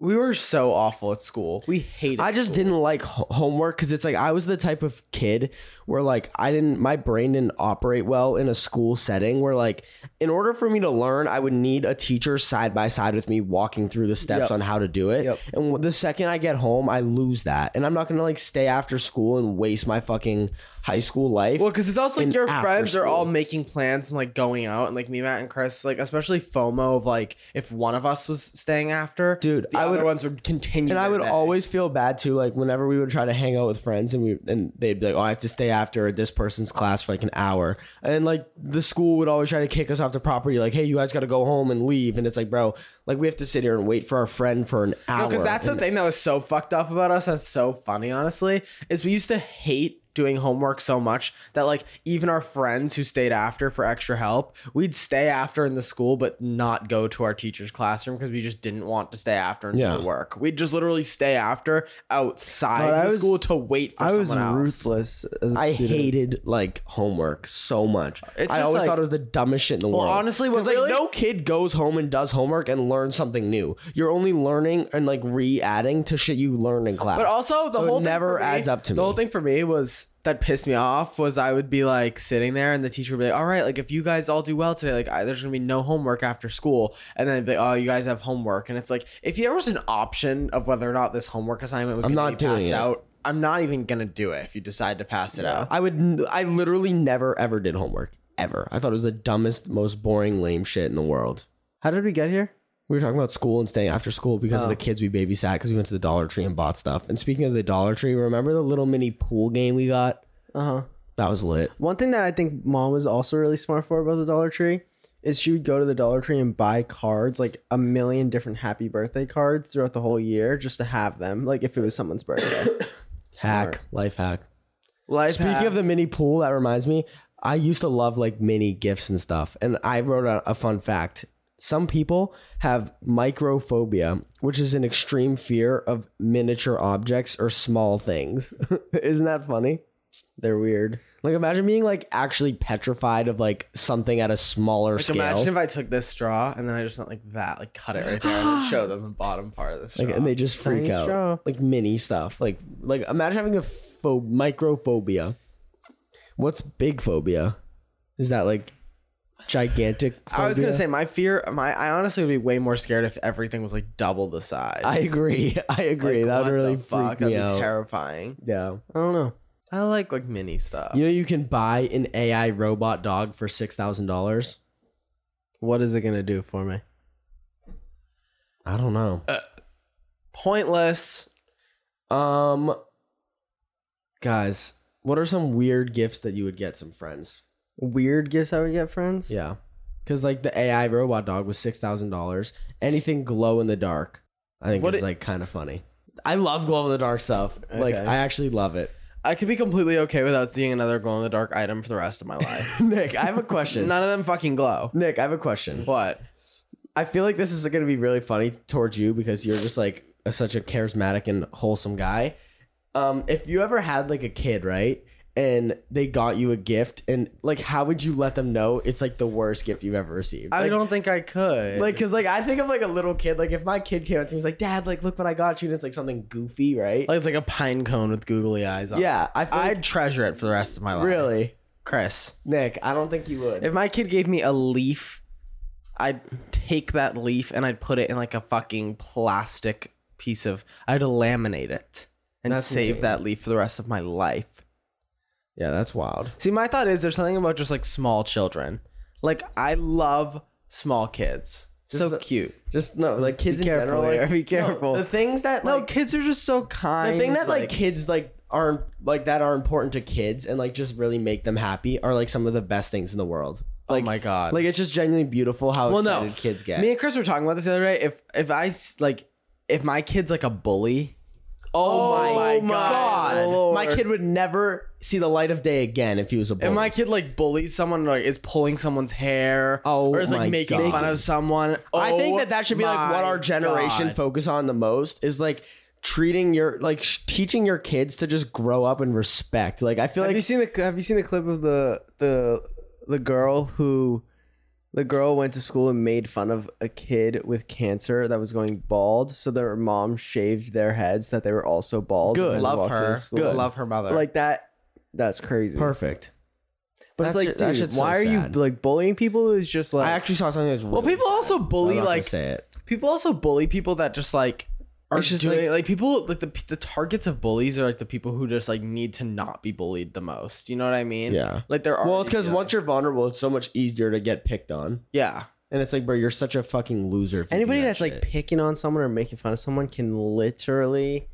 [SPEAKER 1] We were so awful at school. We hated.
[SPEAKER 3] I just didn't like ho- homework because it's like I was the type of kid where like I didn't my brain didn't operate well in a school setting where like in order for me to learn I would need a teacher side by side with me walking through the steps on how to do it
[SPEAKER 2] Yep.
[SPEAKER 3] and w- the second I get home I lose that and I'm not gonna like stay after school and waste my fucking high school life
[SPEAKER 1] Well, because it's also
[SPEAKER 3] in
[SPEAKER 1] like your
[SPEAKER 3] after
[SPEAKER 1] friends are
[SPEAKER 3] school.
[SPEAKER 1] all making plans and like going out, and like me, Matt, and Chris, like especially FOMO of like if one of us was staying after,
[SPEAKER 3] Dude,
[SPEAKER 1] the
[SPEAKER 3] I
[SPEAKER 1] other
[SPEAKER 3] would-
[SPEAKER 1] ones would continue.
[SPEAKER 3] And I
[SPEAKER 1] their
[SPEAKER 3] would
[SPEAKER 1] day.
[SPEAKER 3] always feel bad too, like whenever we would try to hang out with friends and we and they'd be like, "Oh, I have to stay after this person's class for like an hour," and like the school would always try to kick us off the property, like, "Hey, you guys got to go home and leave," and it's like, bro, like we have to sit here and wait for our friend for an hour.
[SPEAKER 1] because that's the
[SPEAKER 3] And
[SPEAKER 1] thing that was so fucked up about us. That's so funny, honestly, is we used to hate doing homework so much that like even our friends who stayed after for extra help, we'd stay after in the school but not go to our teacher's classroom because we just didn't want to stay after and
[SPEAKER 3] Yeah.
[SPEAKER 1] do the work. We'd just literally stay after outside
[SPEAKER 2] God, I
[SPEAKER 1] the
[SPEAKER 2] was-
[SPEAKER 1] school to wait for
[SPEAKER 2] I was
[SPEAKER 1] someone else.
[SPEAKER 2] ruthless. As a
[SPEAKER 3] I
[SPEAKER 2] student.
[SPEAKER 3] hated like homework so much.
[SPEAKER 1] It's
[SPEAKER 3] I
[SPEAKER 1] just,
[SPEAKER 3] always
[SPEAKER 1] like-
[SPEAKER 3] thought it was the dumbest shit in the world.
[SPEAKER 1] honestly, what
[SPEAKER 3] 'Cause, like
[SPEAKER 1] really-
[SPEAKER 3] no kid goes home and does homework and learns something new. You're only learning and like re-adding to shit you learned in class.
[SPEAKER 1] But also the
[SPEAKER 3] So it
[SPEAKER 1] whole
[SPEAKER 3] never
[SPEAKER 1] thing for me-
[SPEAKER 3] adds up to
[SPEAKER 1] the whole
[SPEAKER 3] me.
[SPEAKER 1] thing for me was that pissed me off was I would be like sitting there and the teacher would be like, "All right, like if you guys all do well today, like I, there's gonna be no homework after school," and then they'd be like, "Oh, you guys have homework," and it's like if there was an option of whether or not this homework assignment was
[SPEAKER 3] I'm
[SPEAKER 1] gonna
[SPEAKER 3] not
[SPEAKER 1] be
[SPEAKER 3] doing
[SPEAKER 1] passed
[SPEAKER 3] it.
[SPEAKER 1] out, I'm not even gonna do it if you decide to pass it out.
[SPEAKER 3] I would. n- I literally never ever did homework ever. I thought it was the dumbest, most boring, lame shit in the world.
[SPEAKER 2] How did we get here? Oh.
[SPEAKER 3] We were talking about school and staying after school because of the kids we babysat because we went to the Dollar Tree and bought stuff. And speaking of the Dollar Tree, remember the little mini pool game we got?
[SPEAKER 2] Uh huh.
[SPEAKER 3] That was lit.
[SPEAKER 2] One thing that I think mom was also really smart for about the Dollar Tree is she would go to the Dollar Tree and buy cards, like a million different happy birthday cards throughout the whole year just to have them, like if it was someone's birthday.
[SPEAKER 3] Hack, life hack.
[SPEAKER 1] Life
[SPEAKER 3] Speaking of the mini pool, that reminds me, I used to love like mini gifts and stuff. And I wrote a, a fun fact. Some people have microphobia, which is an extreme fear of miniature objects or small things. Isn't that funny?
[SPEAKER 2] They're weird.
[SPEAKER 3] Like imagine being like actually petrified of like something at a smaller
[SPEAKER 1] Like,
[SPEAKER 3] scale.
[SPEAKER 1] imagine if I took this straw and then I just went like that, like cut it right there and then show them the bottom part of the straw.
[SPEAKER 3] like, and they just freak
[SPEAKER 2] Tiny
[SPEAKER 3] out.
[SPEAKER 2] straw.
[SPEAKER 3] Like mini stuff. Like like imagine having a pho- microphobia. What's big phobia? Is that like gigantic phobia?
[SPEAKER 1] I was gonna say my fear, my I honestly would be way more scared if everything was like double the size.
[SPEAKER 3] I agree. I
[SPEAKER 1] Like,
[SPEAKER 3] agree. that
[SPEAKER 1] what
[SPEAKER 3] would really
[SPEAKER 1] the
[SPEAKER 3] freak
[SPEAKER 1] That'd
[SPEAKER 3] me
[SPEAKER 1] be
[SPEAKER 3] out.
[SPEAKER 1] terrifying.
[SPEAKER 3] yeah.
[SPEAKER 2] I don't know.
[SPEAKER 1] I like like mini stuff.
[SPEAKER 3] You know you can buy an AI robot dog for six thousand dollars.
[SPEAKER 2] What is it going to do for me?
[SPEAKER 3] I don't know.
[SPEAKER 1] Pointless.
[SPEAKER 3] Um, guys, what are some weird gifts that you would get some friends?
[SPEAKER 2] Weird gifts I would get, friends?
[SPEAKER 3] Yeah, because like the AI robot dog was six thousand dollars. Anything glow in the dark, I think
[SPEAKER 1] What
[SPEAKER 3] is
[SPEAKER 1] i-
[SPEAKER 3] like kind of funny. I love glow in the dark stuff. Like
[SPEAKER 2] Okay.
[SPEAKER 3] I actually love it.
[SPEAKER 1] I could be completely okay without seeing another glow in the dark item for the rest of my life.
[SPEAKER 3] Nick, I have a question.
[SPEAKER 1] None of them fucking glow.
[SPEAKER 3] Nick, I have a question.
[SPEAKER 1] What?
[SPEAKER 3] I feel like this is going to be really funny towards you because you're just like a, such a charismatic and wholesome guy. Um, if you ever had like a kid, right, and they got you a gift, and like, how would you let them know it's like the worst gift you've ever received?
[SPEAKER 1] I
[SPEAKER 3] Like-
[SPEAKER 1] don't think I could.
[SPEAKER 3] like, cause like I think of like a little kid. Like, if my kid came up to me, and was like, "Dad, like, look what I got you," and it's like something goofy, right?
[SPEAKER 1] like it's like a pine cone with googly eyes on. it.
[SPEAKER 3] yeah, I feel like,
[SPEAKER 1] Oh, I'd treasure it for the rest of my life.
[SPEAKER 3] really,
[SPEAKER 1] Chris.
[SPEAKER 3] Nick. I don't think you would.
[SPEAKER 1] If my kid gave me a leaf, I'd take that leaf and I'd put it in like a fucking plastic piece of. I'd laminate it and
[SPEAKER 3] That's
[SPEAKER 1] save
[SPEAKER 3] insane.
[SPEAKER 1] that leaf for the rest of my life.
[SPEAKER 3] yeah, that's wild.
[SPEAKER 1] See, my thought is there's something about just like small children. Like I love small kids. so
[SPEAKER 3] is a-
[SPEAKER 1] cute.
[SPEAKER 3] Just no, like kids in
[SPEAKER 2] careful
[SPEAKER 3] general. like-
[SPEAKER 2] there, be
[SPEAKER 3] No,
[SPEAKER 2] careful.
[SPEAKER 3] the things that
[SPEAKER 1] No,
[SPEAKER 3] like,
[SPEAKER 1] kids are just so kind.
[SPEAKER 3] the thing that like, kids like aren't like that are important to kids and like just really make them happy are like some of the best things in the world.
[SPEAKER 1] oh my god.
[SPEAKER 3] Like it's just genuinely beautiful how
[SPEAKER 1] Well, no.
[SPEAKER 3] excited kids get.
[SPEAKER 1] me and Chris were talking about this the other day. If if I s- like if my kid's like a bully,
[SPEAKER 3] oh,
[SPEAKER 1] Oh
[SPEAKER 3] my
[SPEAKER 1] my
[SPEAKER 3] god.
[SPEAKER 1] Lord.
[SPEAKER 3] My kid would never see the light of day again if he was a boy.
[SPEAKER 1] If my kid like bullies someone, like is pulling someone's hair,
[SPEAKER 3] Oh
[SPEAKER 1] or is
[SPEAKER 3] my
[SPEAKER 1] like making
[SPEAKER 3] God.
[SPEAKER 1] fun of someone,
[SPEAKER 3] I think
[SPEAKER 1] oh
[SPEAKER 3] that that should be like what
[SPEAKER 1] my
[SPEAKER 3] our generation
[SPEAKER 1] God.
[SPEAKER 3] focus on the most is like treating your like sh- teaching your kids to just grow up and respect. Like I feel
[SPEAKER 2] Have
[SPEAKER 3] like
[SPEAKER 2] you seen the Have you seen the clip of the the the girl who the girl went to school and made fun of a kid with cancer that was going bald? So their mom shaved their heads that they were also bald.
[SPEAKER 3] Good.
[SPEAKER 2] and
[SPEAKER 1] love
[SPEAKER 2] walked to
[SPEAKER 1] her,
[SPEAKER 2] school.
[SPEAKER 1] good. love her mother.
[SPEAKER 2] Like that. That's crazy.
[SPEAKER 3] perfect.
[SPEAKER 2] But it's
[SPEAKER 3] That's-
[SPEAKER 2] like,
[SPEAKER 3] that
[SPEAKER 2] dude,
[SPEAKER 3] shit's so
[SPEAKER 2] why are
[SPEAKER 3] sad.
[SPEAKER 2] you like bullying people? Is just like
[SPEAKER 3] I actually saw something that's really
[SPEAKER 1] well, people also bully like
[SPEAKER 3] say it.
[SPEAKER 1] people also bully people that just like are
[SPEAKER 3] It's just,
[SPEAKER 1] just
[SPEAKER 3] like-
[SPEAKER 1] like, like people like the the targets of bullies are like the people who just like need to not be bullied the most. You know what I mean?
[SPEAKER 3] Yeah.
[SPEAKER 1] Like there are
[SPEAKER 3] Well, it's because once you're vulnerable, it's so much easier to get picked on.
[SPEAKER 1] yeah.
[SPEAKER 3] And it's like, bro, you're such a fucking loser. if you do
[SPEAKER 2] anybody
[SPEAKER 3] that
[SPEAKER 2] that's like
[SPEAKER 3] shit.
[SPEAKER 2] picking on someone or making fun of someone can literally.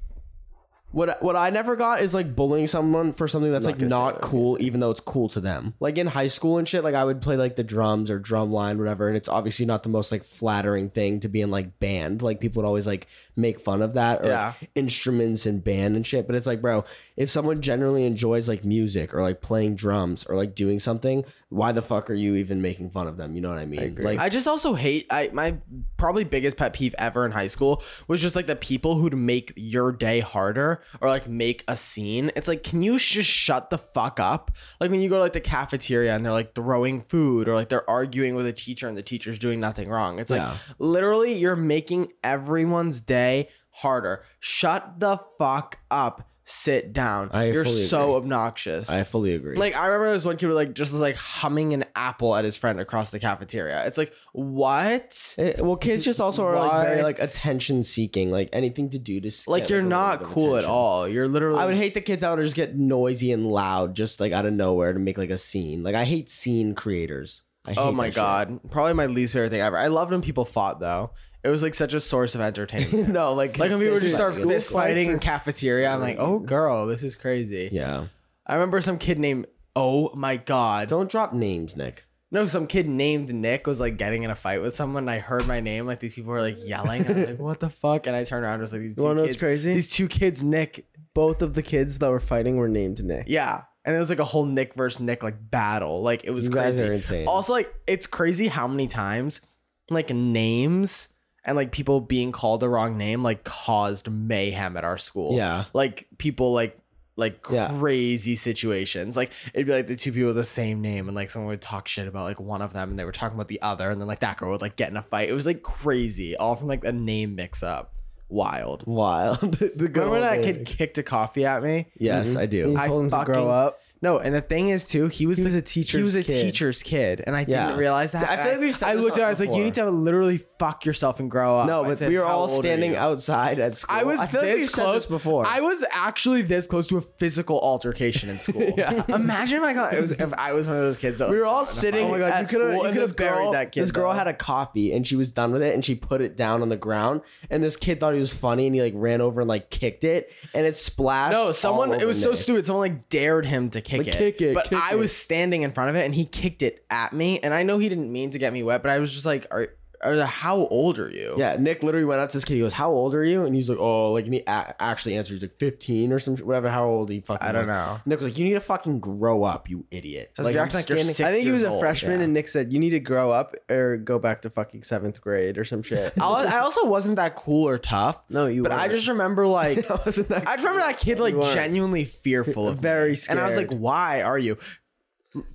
[SPEAKER 3] what what I never got is like bullying someone for something that's like
[SPEAKER 2] gonna say
[SPEAKER 3] not
[SPEAKER 2] what I'm
[SPEAKER 3] cool, even though it's cool to them. Like in high school and shit, like I would play like the drums or drum line, whatever, and it's obviously not the most like flattering thing to be in like band. Like people would always like make fun of that or like,
[SPEAKER 1] Yeah.
[SPEAKER 3] instruments and band and shit. But it's like, bro, if someone generally enjoys like music or like playing drums or like doing something, why the fuck are you even making fun of them? You know what I mean?
[SPEAKER 2] agree.
[SPEAKER 3] Like
[SPEAKER 1] I just also hate I my probably biggest pet peeve ever in high school was just like the people who'd make your day harder or like make a scene. It's like, can you sh- just shut the fuck up? Like when you go to like the cafeteria and they're like throwing food or like they're arguing with a teacher and the teacher's doing nothing wrong. It's like
[SPEAKER 3] Yeah.
[SPEAKER 1] literally you're making everyone's day harder. Shut the fuck up. sit down.
[SPEAKER 3] I
[SPEAKER 1] You're
[SPEAKER 3] fully
[SPEAKER 1] so
[SPEAKER 3] agree.
[SPEAKER 1] obnoxious.
[SPEAKER 3] I fully agree.
[SPEAKER 1] like I remember this one kid who like just was like humming an apple at his friend across the cafeteria. It's like what?
[SPEAKER 3] Eh, well, kids just also are like very like
[SPEAKER 1] What?
[SPEAKER 3] attention seeking, like anything to do to s-
[SPEAKER 1] Like
[SPEAKER 3] get,
[SPEAKER 1] you're
[SPEAKER 3] a little
[SPEAKER 1] not
[SPEAKER 3] bit of
[SPEAKER 1] cool at
[SPEAKER 3] attention.
[SPEAKER 1] all. You're literally.
[SPEAKER 3] I would hate the kids that would just get noisy and loud, just like out of nowhere to make like a scene. Like I hate scene creators. I
[SPEAKER 1] Oh
[SPEAKER 3] hate
[SPEAKER 1] my
[SPEAKER 3] that shit.
[SPEAKER 1] god! Probably my least favorite thing ever. I loved when people fought though. It was like such a source of entertainment.
[SPEAKER 3] no, like
[SPEAKER 1] like when people
[SPEAKER 3] fist
[SPEAKER 1] just start
[SPEAKER 3] fights.
[SPEAKER 1] fist fighting in cafeteria. I'm like, oh girl, this is crazy.
[SPEAKER 3] Yeah,
[SPEAKER 1] I remember some kid named. Oh my god!
[SPEAKER 3] don't drop names, Nick.
[SPEAKER 1] No, some kid named Nick was like getting in a fight with someone. And I heard my name. Like these people were like yelling. I was like, what the fuck? And I turned around. Just like these.
[SPEAKER 2] You
[SPEAKER 1] Two
[SPEAKER 2] wanna know what's
[SPEAKER 1] kids,
[SPEAKER 2] crazy?
[SPEAKER 1] These two kids, Nick.
[SPEAKER 2] Both of the kids that were fighting were named Nick.
[SPEAKER 1] Yeah. And it was like a whole Nick versus Nick like battle. Like it was
[SPEAKER 3] You guys
[SPEAKER 1] crazy.
[SPEAKER 3] are insane.
[SPEAKER 1] Also, like it's crazy how many times like names and like people being called the wrong name like caused mayhem at our school.
[SPEAKER 3] Yeah.
[SPEAKER 1] Like people like like
[SPEAKER 3] Yeah.
[SPEAKER 1] crazy situations. Like it'd be like the two people with the same name and like someone would talk shit about like one of them and they were talking about the other and then like that girl would like get in a fight. It was like crazy. All from like a name mix up. Wild.
[SPEAKER 3] Wild. the good
[SPEAKER 1] Remember when
[SPEAKER 3] old
[SPEAKER 1] that
[SPEAKER 3] days.
[SPEAKER 1] kid kicked a coffee at me?
[SPEAKER 3] Yes, I do.
[SPEAKER 2] He
[SPEAKER 1] I
[SPEAKER 2] told him to
[SPEAKER 1] fucking-
[SPEAKER 2] grow up.
[SPEAKER 1] No, and the thing is too, he was
[SPEAKER 2] He
[SPEAKER 1] the-
[SPEAKER 2] was a
[SPEAKER 1] He
[SPEAKER 2] teacher's
[SPEAKER 1] was a
[SPEAKER 2] kid.
[SPEAKER 1] teacher's kid, and I
[SPEAKER 3] Yeah.
[SPEAKER 1] didn't realize that.
[SPEAKER 3] I feel like we've said
[SPEAKER 1] I
[SPEAKER 3] this
[SPEAKER 1] looked at. it, I
[SPEAKER 3] on
[SPEAKER 1] was like, you
[SPEAKER 3] before.
[SPEAKER 1] need to literally fuck yourself and grow up.
[SPEAKER 3] No,
[SPEAKER 1] I
[SPEAKER 3] but
[SPEAKER 1] said,
[SPEAKER 3] we were
[SPEAKER 1] "How
[SPEAKER 3] all
[SPEAKER 1] old are
[SPEAKER 3] standing
[SPEAKER 1] you?"
[SPEAKER 3] outside at school.
[SPEAKER 1] I was
[SPEAKER 3] feel like
[SPEAKER 1] this
[SPEAKER 3] we've said
[SPEAKER 1] close
[SPEAKER 3] this before.
[SPEAKER 1] I was actually this close to a physical altercation in school. Imagine if I got. It was if I was one of those kids that
[SPEAKER 3] we were
[SPEAKER 1] like, got
[SPEAKER 3] all
[SPEAKER 1] in a fight.
[SPEAKER 3] sitting
[SPEAKER 1] Oh my God,
[SPEAKER 3] at
[SPEAKER 1] you
[SPEAKER 3] school,
[SPEAKER 1] could've- you
[SPEAKER 3] and
[SPEAKER 1] could've
[SPEAKER 3] this girl,
[SPEAKER 1] buried that kid.
[SPEAKER 3] this girl
[SPEAKER 1] though.
[SPEAKER 3] had a coffee, and she was done with it, and she put it down on the ground. And this kid thought he was funny, and he like ran over and like kicked it, and it splashed.
[SPEAKER 1] No, someone.
[SPEAKER 3] all
[SPEAKER 1] It was so
[SPEAKER 3] over Nick.
[SPEAKER 1] stupid. Someone like dared him to kick
[SPEAKER 3] Like,
[SPEAKER 1] it.
[SPEAKER 3] kick it,
[SPEAKER 1] But
[SPEAKER 3] kick
[SPEAKER 1] I
[SPEAKER 3] it.
[SPEAKER 1] was standing in front of it, and he kicked it at me. And I know he didn't mean to get me wet, but I was just like, "Are, are how old are you?"
[SPEAKER 3] Yeah, Nick literally went up to this kid. He goes, "How old are you?" And he's like, "Oh, like." And he a- actually answered, "He's like 15 or some sh- whatever. How old he fucking?"
[SPEAKER 1] I don't
[SPEAKER 3] was.
[SPEAKER 1] know.
[SPEAKER 3] Nick was like, "You need to fucking grow up, you idiot."
[SPEAKER 1] I was like, "You're acting like you're
[SPEAKER 3] standing-
[SPEAKER 1] six
[SPEAKER 2] I think he
[SPEAKER 1] years
[SPEAKER 2] was a
[SPEAKER 1] old."
[SPEAKER 2] freshman,
[SPEAKER 3] yeah.
[SPEAKER 2] and Nick said, "You need to grow up or go back to fucking seventh grade or some shit."
[SPEAKER 1] I was- I also wasn't that cool or tough.
[SPEAKER 2] no, you.
[SPEAKER 1] But I
[SPEAKER 2] weren't.
[SPEAKER 1] just remember like
[SPEAKER 2] That wasn't that.
[SPEAKER 1] I just remember that kid like
[SPEAKER 2] You weren't.
[SPEAKER 1] genuinely fearful of me.
[SPEAKER 2] Very
[SPEAKER 1] And I was like,
[SPEAKER 2] scared.
[SPEAKER 1] why are you?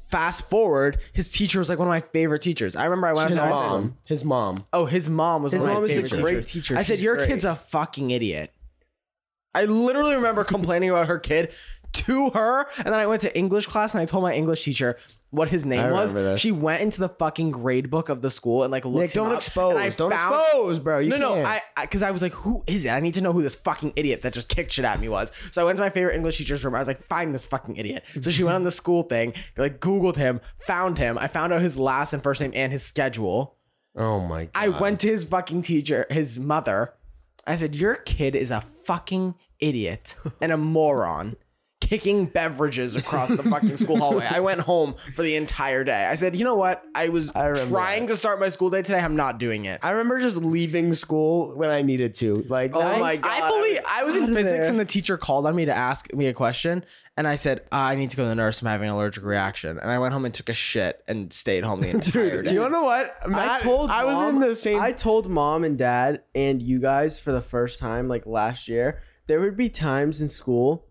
[SPEAKER 1] Fast forward, his teacher was like one of my favorite teachers. I remember I went
[SPEAKER 2] She's
[SPEAKER 1] up to his
[SPEAKER 2] awesome.
[SPEAKER 1] mom.
[SPEAKER 3] Mom, his mom.
[SPEAKER 1] Oh, his mom was
[SPEAKER 2] His
[SPEAKER 1] one of
[SPEAKER 2] mom
[SPEAKER 1] my
[SPEAKER 2] is a
[SPEAKER 1] favorite
[SPEAKER 2] great
[SPEAKER 1] teachers.
[SPEAKER 2] teacher.
[SPEAKER 1] I said,
[SPEAKER 2] She's
[SPEAKER 1] your
[SPEAKER 2] great."
[SPEAKER 1] kid's a fucking idiot. I literally remember complaining about her kid to her, and then I went to English class and I told my English teacher what his name was.
[SPEAKER 3] remember this.
[SPEAKER 1] She went into the fucking grade book of the school and like looked
[SPEAKER 3] Nick,
[SPEAKER 1] him
[SPEAKER 3] don't
[SPEAKER 1] up, and I
[SPEAKER 3] expose. Don't
[SPEAKER 1] found-
[SPEAKER 3] expose, bro. You
[SPEAKER 1] no, no,
[SPEAKER 3] can't.
[SPEAKER 1] I because I, was like, who is it? I need to know who this fucking idiot that just kicked shit at me was. So I went to my favorite English teacher's room. I was like, find this fucking idiot. So she went on the school thing, like Googled him, found him. I found out his last and first name and his schedule.
[SPEAKER 3] Oh my god.
[SPEAKER 1] I went to his fucking teacher, his mother. I said, Your kid is a fucking idiot and a moron. Kicking beverages across the fucking school hallway. I went home for the entire day. I said, you know what? I was
[SPEAKER 3] remember
[SPEAKER 1] trying to start my school day today. I'm not doing it.
[SPEAKER 3] I remember just leaving school when I needed to. Like,
[SPEAKER 1] I-
[SPEAKER 3] nice.
[SPEAKER 1] I believe I was in
[SPEAKER 2] outta
[SPEAKER 1] physics
[SPEAKER 2] there.
[SPEAKER 1] and the teacher called on me to ask me a question, and I said "Uh, I need to go to the nurse. I'm having an allergic reaction, and I went home and took a shit and stayed home the entire day.
[SPEAKER 3] Do you want to know what?
[SPEAKER 2] I
[SPEAKER 3] Matt-
[SPEAKER 2] told.
[SPEAKER 3] I was
[SPEAKER 2] mom-
[SPEAKER 3] in the same.
[SPEAKER 2] I told mom and dad and you guys for the first time, like last year. There would be times in school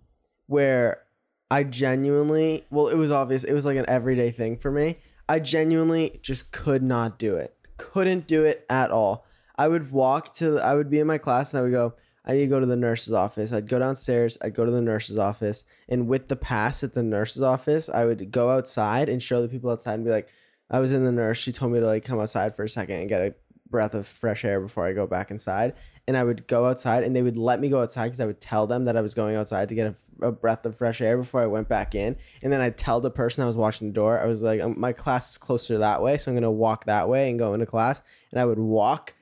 [SPEAKER 2] where I genuinely, well, it was obvious. It was like an everyday thing for me. I genuinely just could not do it. Couldn't do it at all. I would walk to. I would be in my class and I would go. I need to go to the nurse's office. I'd go downstairs. I'd go to the nurse's office, and with the pass at the nurse's office, I would go outside and show the people outside and be like, I was in the nurse. She told me to like come outside for a second and get a breath of fresh air before I go back inside. And I would go outside, and they would let me go outside because I would tell them that I was going outside to get a, a breath of fresh air before I went back in. And then I'd tell the person I was watching the door, I was like, um, my class is closer that way, so I'm gonna walk that way and go into class. And I would walk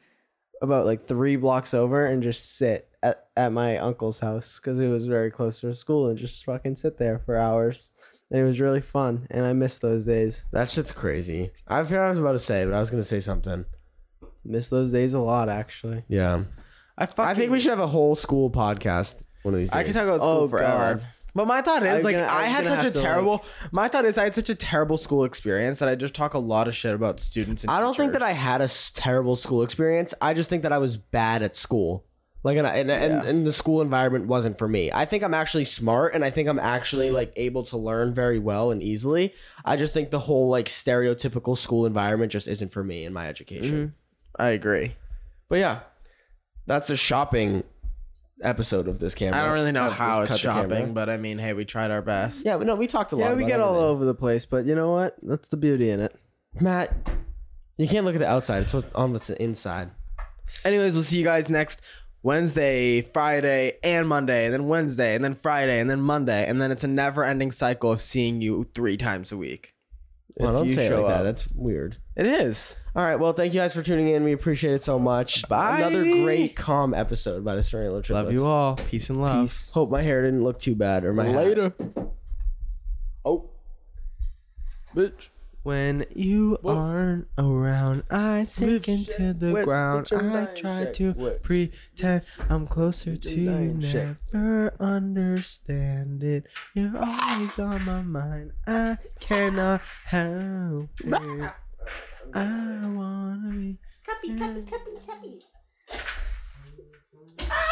[SPEAKER 2] about like three blocks over and just sit at, at my uncle's house because it was very close to school and just fucking sit there for hours. And it was really fun, and I miss those days.
[SPEAKER 3] that shit's crazy. I forgot what I was about to say, but I was gonna say something.
[SPEAKER 2] Miss those days a lot, actually.
[SPEAKER 3] Yeah.
[SPEAKER 1] I, fucking,
[SPEAKER 3] I think we should have a whole school podcast one of these days.
[SPEAKER 1] I could talk about school
[SPEAKER 2] Oh,
[SPEAKER 1] forever.
[SPEAKER 2] God.
[SPEAKER 1] But my thought
[SPEAKER 2] I
[SPEAKER 1] is
[SPEAKER 2] was
[SPEAKER 1] like
[SPEAKER 2] gonna- I
[SPEAKER 1] I,
[SPEAKER 2] was
[SPEAKER 1] had
[SPEAKER 2] gonna
[SPEAKER 1] such a
[SPEAKER 2] have to, like-
[SPEAKER 1] terrible. my thought is I had such a terrible school experience that I just talk a lot of shit about students. And
[SPEAKER 3] I don't think that
[SPEAKER 1] teachers.
[SPEAKER 3] I had a s- terrible school experience. I just think that I was bad at school. Like and, I- and, and and the school environment wasn't for me. I think I'm actually smart and I think I'm actually like able to learn very well and easily. I just think the whole like stereotypical school environment just isn't for me in my education.
[SPEAKER 1] I Mm-hmm. agree.
[SPEAKER 3] But yeah, that's a shopping
[SPEAKER 2] episode of this camera.
[SPEAKER 1] I don't really know
[SPEAKER 2] Of this
[SPEAKER 1] how it's
[SPEAKER 2] cut the camera.
[SPEAKER 1] shopping, but I mean, hey, we tried our best.
[SPEAKER 2] Yeah, but no, we talked a lot.
[SPEAKER 3] Yeah, we
[SPEAKER 2] about
[SPEAKER 3] get all
[SPEAKER 2] everything.
[SPEAKER 3] over the place, but you know what? That's the beauty in it.
[SPEAKER 2] Matt, you can't look at the outside. It's what- on what's inside.
[SPEAKER 1] Anyways, we'll see you guys next Wednesday, Friday, and Monday, and then Wednesday, and then Friday, and then Monday, and then it's a never-ending cycle of seeing you three times a week.
[SPEAKER 2] Well, don't
[SPEAKER 1] you
[SPEAKER 2] say it like
[SPEAKER 1] show
[SPEAKER 2] that.
[SPEAKER 1] up.
[SPEAKER 2] That's weird.
[SPEAKER 1] It is.
[SPEAKER 2] All right. Well, thank you guys for tuning in. We appreciate it so much.
[SPEAKER 1] Bye.
[SPEAKER 2] Another great calm episode by the Story Little Triplets.
[SPEAKER 1] Love you all. Peace and love.
[SPEAKER 2] Peace. Hope my hair didn't look too bad or my hat.
[SPEAKER 1] Later.
[SPEAKER 2] Oh, bitch.
[SPEAKER 1] When you aren't around, I sink into the
[SPEAKER 3] Whip,
[SPEAKER 1] ground.
[SPEAKER 3] whip,
[SPEAKER 1] I
[SPEAKER 3] nine,
[SPEAKER 1] try
[SPEAKER 3] shake,
[SPEAKER 1] to
[SPEAKER 3] whip.
[SPEAKER 1] pretend I'm closer to you.
[SPEAKER 3] nine, shake.
[SPEAKER 1] Never understand it. You're always on my mind. I cannot help it. I wanna be.
[SPEAKER 4] Copy, copy, copy, copies.